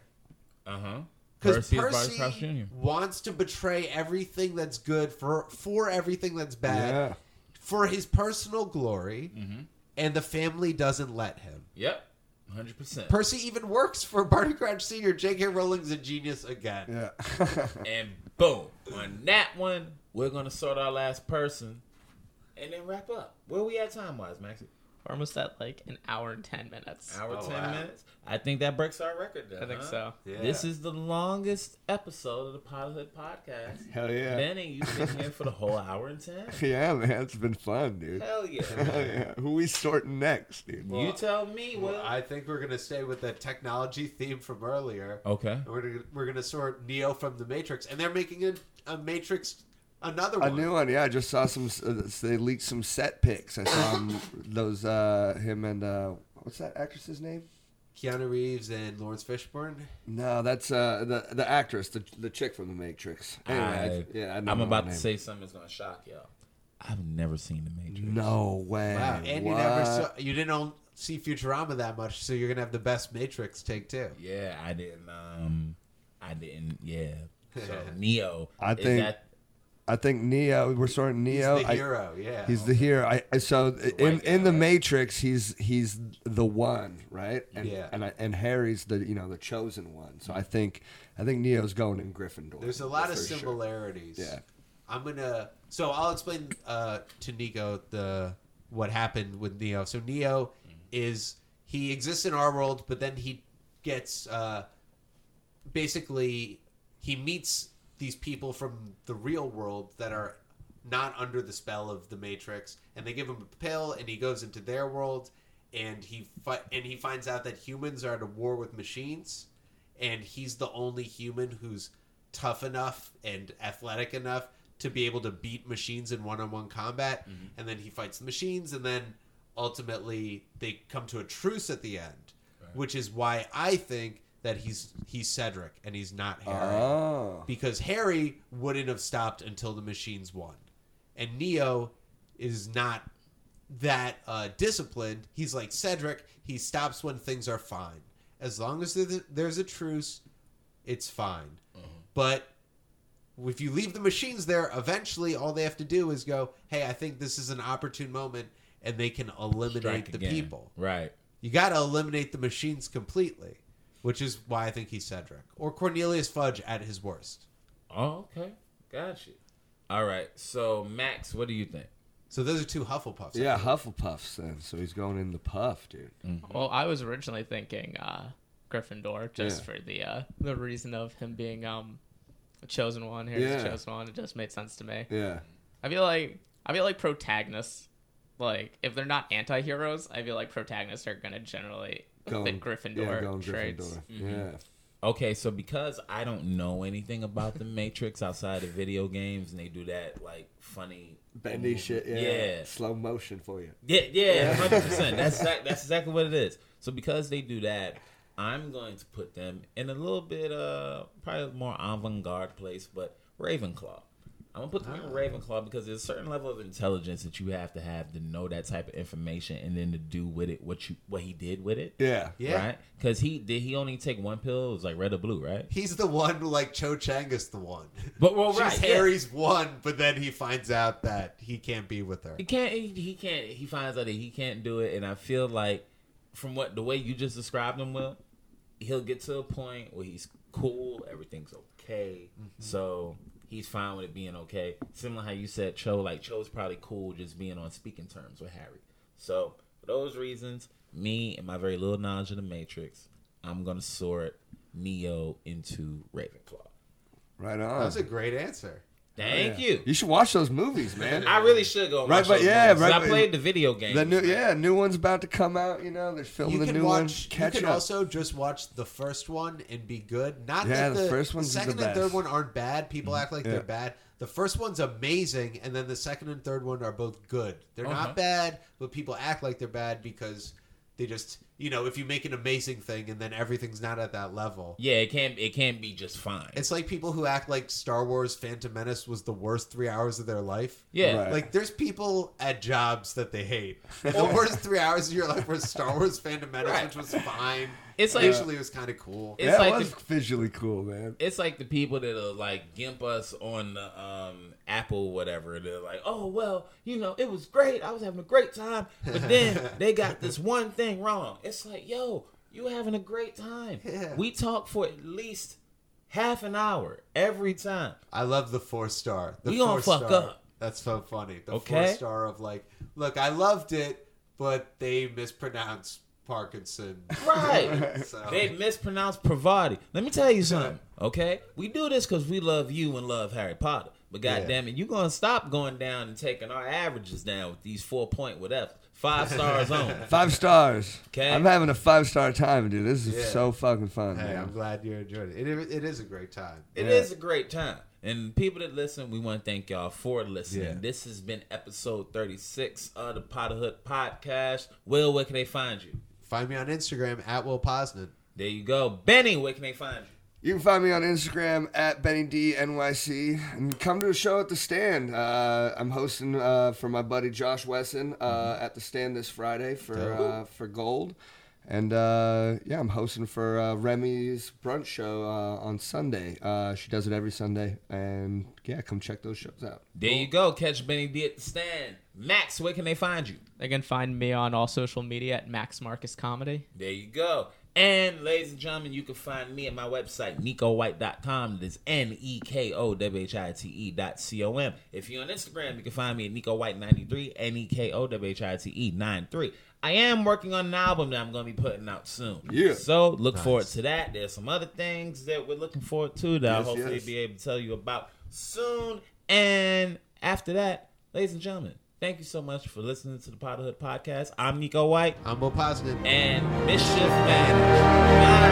Uh huh.
Because Percy, wants to betray everything that's good for for everything that's bad
Yeah.
for his personal glory, and the family doesn't let him.
Yep, hundred percent.
Percy even works for Barty Crouch Senior. J.K. Rowling's a genius again.
Yeah.
And boom, on that one, we're gonna sort our last person, and then wrap up. Where we at time wise, Maxie?
We're almost at like an hour and ten minutes.
Hour
Oh,
ten
wow.
minutes. I think that breaks our record. Then,
I think
huh?
so.
Yeah.
This is the longest episode of the Pilothood Podcast.
Hell yeah.
Benny, you've been here for the whole hour and ten.
yeah, man, it's been fun, dude.
Hell yeah.
Hell yeah. Who we sorting next, dude?
you tell me what.
Well, I think we're gonna stay with the technology theme from earlier.
okay.
And We're gonna, we're gonna sort Neo from the Matrix, and they're making a, a Matrix another
A
one.
new one, yeah. I just saw some. Uh, they leaked some set pics. I saw him, those. Uh, him and uh, what's that actress's name?
Keanu Reeves and Lawrence Fishburne.
No, that's uh, the the actress, the the chick from The Matrix. Anyway, I, yeah, I know
am
her
about
name.
to say something that's gonna shock y'all. I've never seen The Matrix.
No way.
Wow, and you never saw, you didn't own, see Futurama that much, so you're gonna have the best Matrix take too.
Yeah, I didn't. Um, I didn't. Yeah. So Neo.
I
is
think-
that-
I think Neo. We're sorting
He's
Neo.
the
I-
hero, yeah.
He's the hero. I, I- so in,
white guy,
in the
right?
Matrix, he's he's the one, right? And,
Yeah.
And I, and Harry's the you know the chosen one. So I think I think Neo's going in Gryffindor.
There's a lot of
for sure.
similarities.
Yeah.
I'm gonna. So I'll explain uh, to Nico the what happened with Neo. So Neo
Mm-hmm.
is he exists in our world, but then he gets uh, basically he meets these people from the real world that are not under the spell of the Matrix, and they give him a pill, and he goes into their world, and he fi- and he finds out that humans are at a war with machines, and he's the only human who's tough enough and athletic enough to be able to beat machines in one-on-one combat, and then he fights the machines, and then ultimately they come to a truce at the end, which is why I think that he's he's Cedric and he's not Harry
Oh.
because Harry wouldn't have stopped until the machines won, and Neo is not that uh, disciplined. He's like Cedric. He stops when things are fine. As long as there's- there's a truce, it's fine.
Mm-hmm.
But if you leave the machines there, eventually all they have to do is go, "Hey, I think this is an opportune moment," and they can eliminate
Strike
the
again.
people.
Right.
You got to eliminate the machines completely, which is why I think he's Cedric or Cornelius Fudge at his worst.
Oh, okay. Gotcha. All right. So, Max, what do you think?
So those are two Hufflepuffs. I
Yeah,
think.
Hufflepuffs then. So he's going in the puff, dude.
Well, I was originally thinking uh, Gryffindor just
Yeah.
for the uh, the reason of him being um, a chosen one. Here's
Yeah.
a chosen one. It just made sense to me.
Mm-hmm.
Yeah.
I feel like I feel like protagonists, like if they're not anti-heroes, I feel like protagonists are gonna generally fit Gryffindor
yeah, going
traits.
Gryffindor.
Mm-hmm.
Yeah.
Okay, so because I don't know anything about the Matrix outside of video games, and they do that like funny
Bendy shit. Yeah.
Yeah.
Slow motion for you.
Yeah, yeah, hundred percent. That's exact, that's exactly what it is. So because they do that, I'm going to put them in a little bit uh probably more avant-garde place, but Ravenclaw. I'm gonna put them
Ah.
in Ravenclaw because there's a certain level of intelligence that you have to have to know that type of information and then to do with it what you what he did with it.
Yeah.
Yeah.
Right? Because he did he only take one pill? It was like red or blue, right?
He's the one like Cho Chang is the one.
But well,
She's
right, yeah.
Harry's one, but then he finds out that he can't be with her.
He can't. He, he can't. He finds out that he can't do it, and I feel like from what the way you just described him, will he'll get to a point where he's cool, everything's okay, so he's fine with it being okay. Similar how you said Cho, like Cho's probably cool just being on speaking terms with Harry. So for those reasons, me and my very little knowledge of the Matrix, I'm gonna sort Neo into Ravenclaw.
Right
That
on.
was a great answer.
Thank you.
you should watch those movies, man.
I really should go. and
Right,
watch
but
those
yeah,
movies, 'cause
right,
I
but-
played the video game.
The new, yeah, new one's about to come out. You know, they're filming
You
the
can
new one.
watch.
Catch
you can
up.
also just watch the first one and be good. Not
Yeah,
that
the
the,
first one's the
second and
best.
third one aren't bad. People
Mm-hmm.
act like
Yeah.
they're bad. The first one's amazing, and then the second and third one are both good. They're
Uh-huh.
not bad, but people act like they're bad because they just, you know, if you make an amazing thing and then everything's not at that level,
Yeah, it can't it can't be just fine.
It's like people who act like Star Wars Phantom Menace was the worst three hours of their life.
yeah,
Right.
Like, there's people at jobs that they hate. And the worst three hours of your life were Star Wars Phantom Menace,
Right.
which was fine.
It's like-
Actually, it was kind of cool.
it's
yeah, it
like
was
the,
visually cool, man.
it's like the people that'll like gimp us on the um, Apple whatever. They're like, oh well, you know, it was great. I was having a great time, but then they got this one thing wrong. It's like, yo, you having a great time.
Yeah.
We talk for at least half an hour every time.
I love the four star. The
We gonna
four
fuck
star.
up.
That's so funny. The
Okay.
four star of like, look, I loved it, but they mispronounced Parkinson.
Right.
So-
They mispronounced Pravati. Let me tell you something, okay? We do this because we love you and love Harry Potter. But
Yeah.
goddamn it, you gonna stop going down and taking our averages down with these four point whatever. Five stars on.
Five stars.
'Kay.
I'm having a five star time, dude. This is
Yeah.
so fucking fun,
Hey,
man.
I'm glad you enjoyed it. It, it is a great time.
It is
Yeah.
a great time. And people that listen, we want to thank y'all for listening.
Yeah.
This has been episode 36 of the Potterhood Podcast. Will, where can they find you?
Find me on Instagram at Will Posnan.
There you go. Benny, where can they find you?
You can find me on Instagram at Benny D NYC and come to a show at the stand. Uh, I'm hosting uh, for my buddy Josh Wesson uh, at the stand this Friday for uh, for Gold, and uh, yeah, I'm hosting for uh, Remy's brunch show uh, on Sunday. Uh, she does it every Sunday, and yeah, come check those shows out.
There you go. Catch Benny D at the stand. Max, where can they find you?
They can find me on all social media at Max Marcus Comedy.
There you go. And ladies and gentlemen, you can find me at my website, nicowhite.com. It is E N-E-K-O-W-H-I-T-E E dot C-O-M. If you're on Instagram, you can find me at nicowhite93, N-E-K-O-W-H-I-T-E 93. E I am working on an album that I'm going to be putting out soon.
Yeah.
So look forward to that. There's some other things that we're looking forward to that I'll
Yes,
hopefully
yes.
be able to tell you about soon. And after that, ladies and gentlemen, thank you so much for listening to the Potterhood Podcast. I'm Nico White
I'm Mo Posnick.
and Mischief Madness. Bye.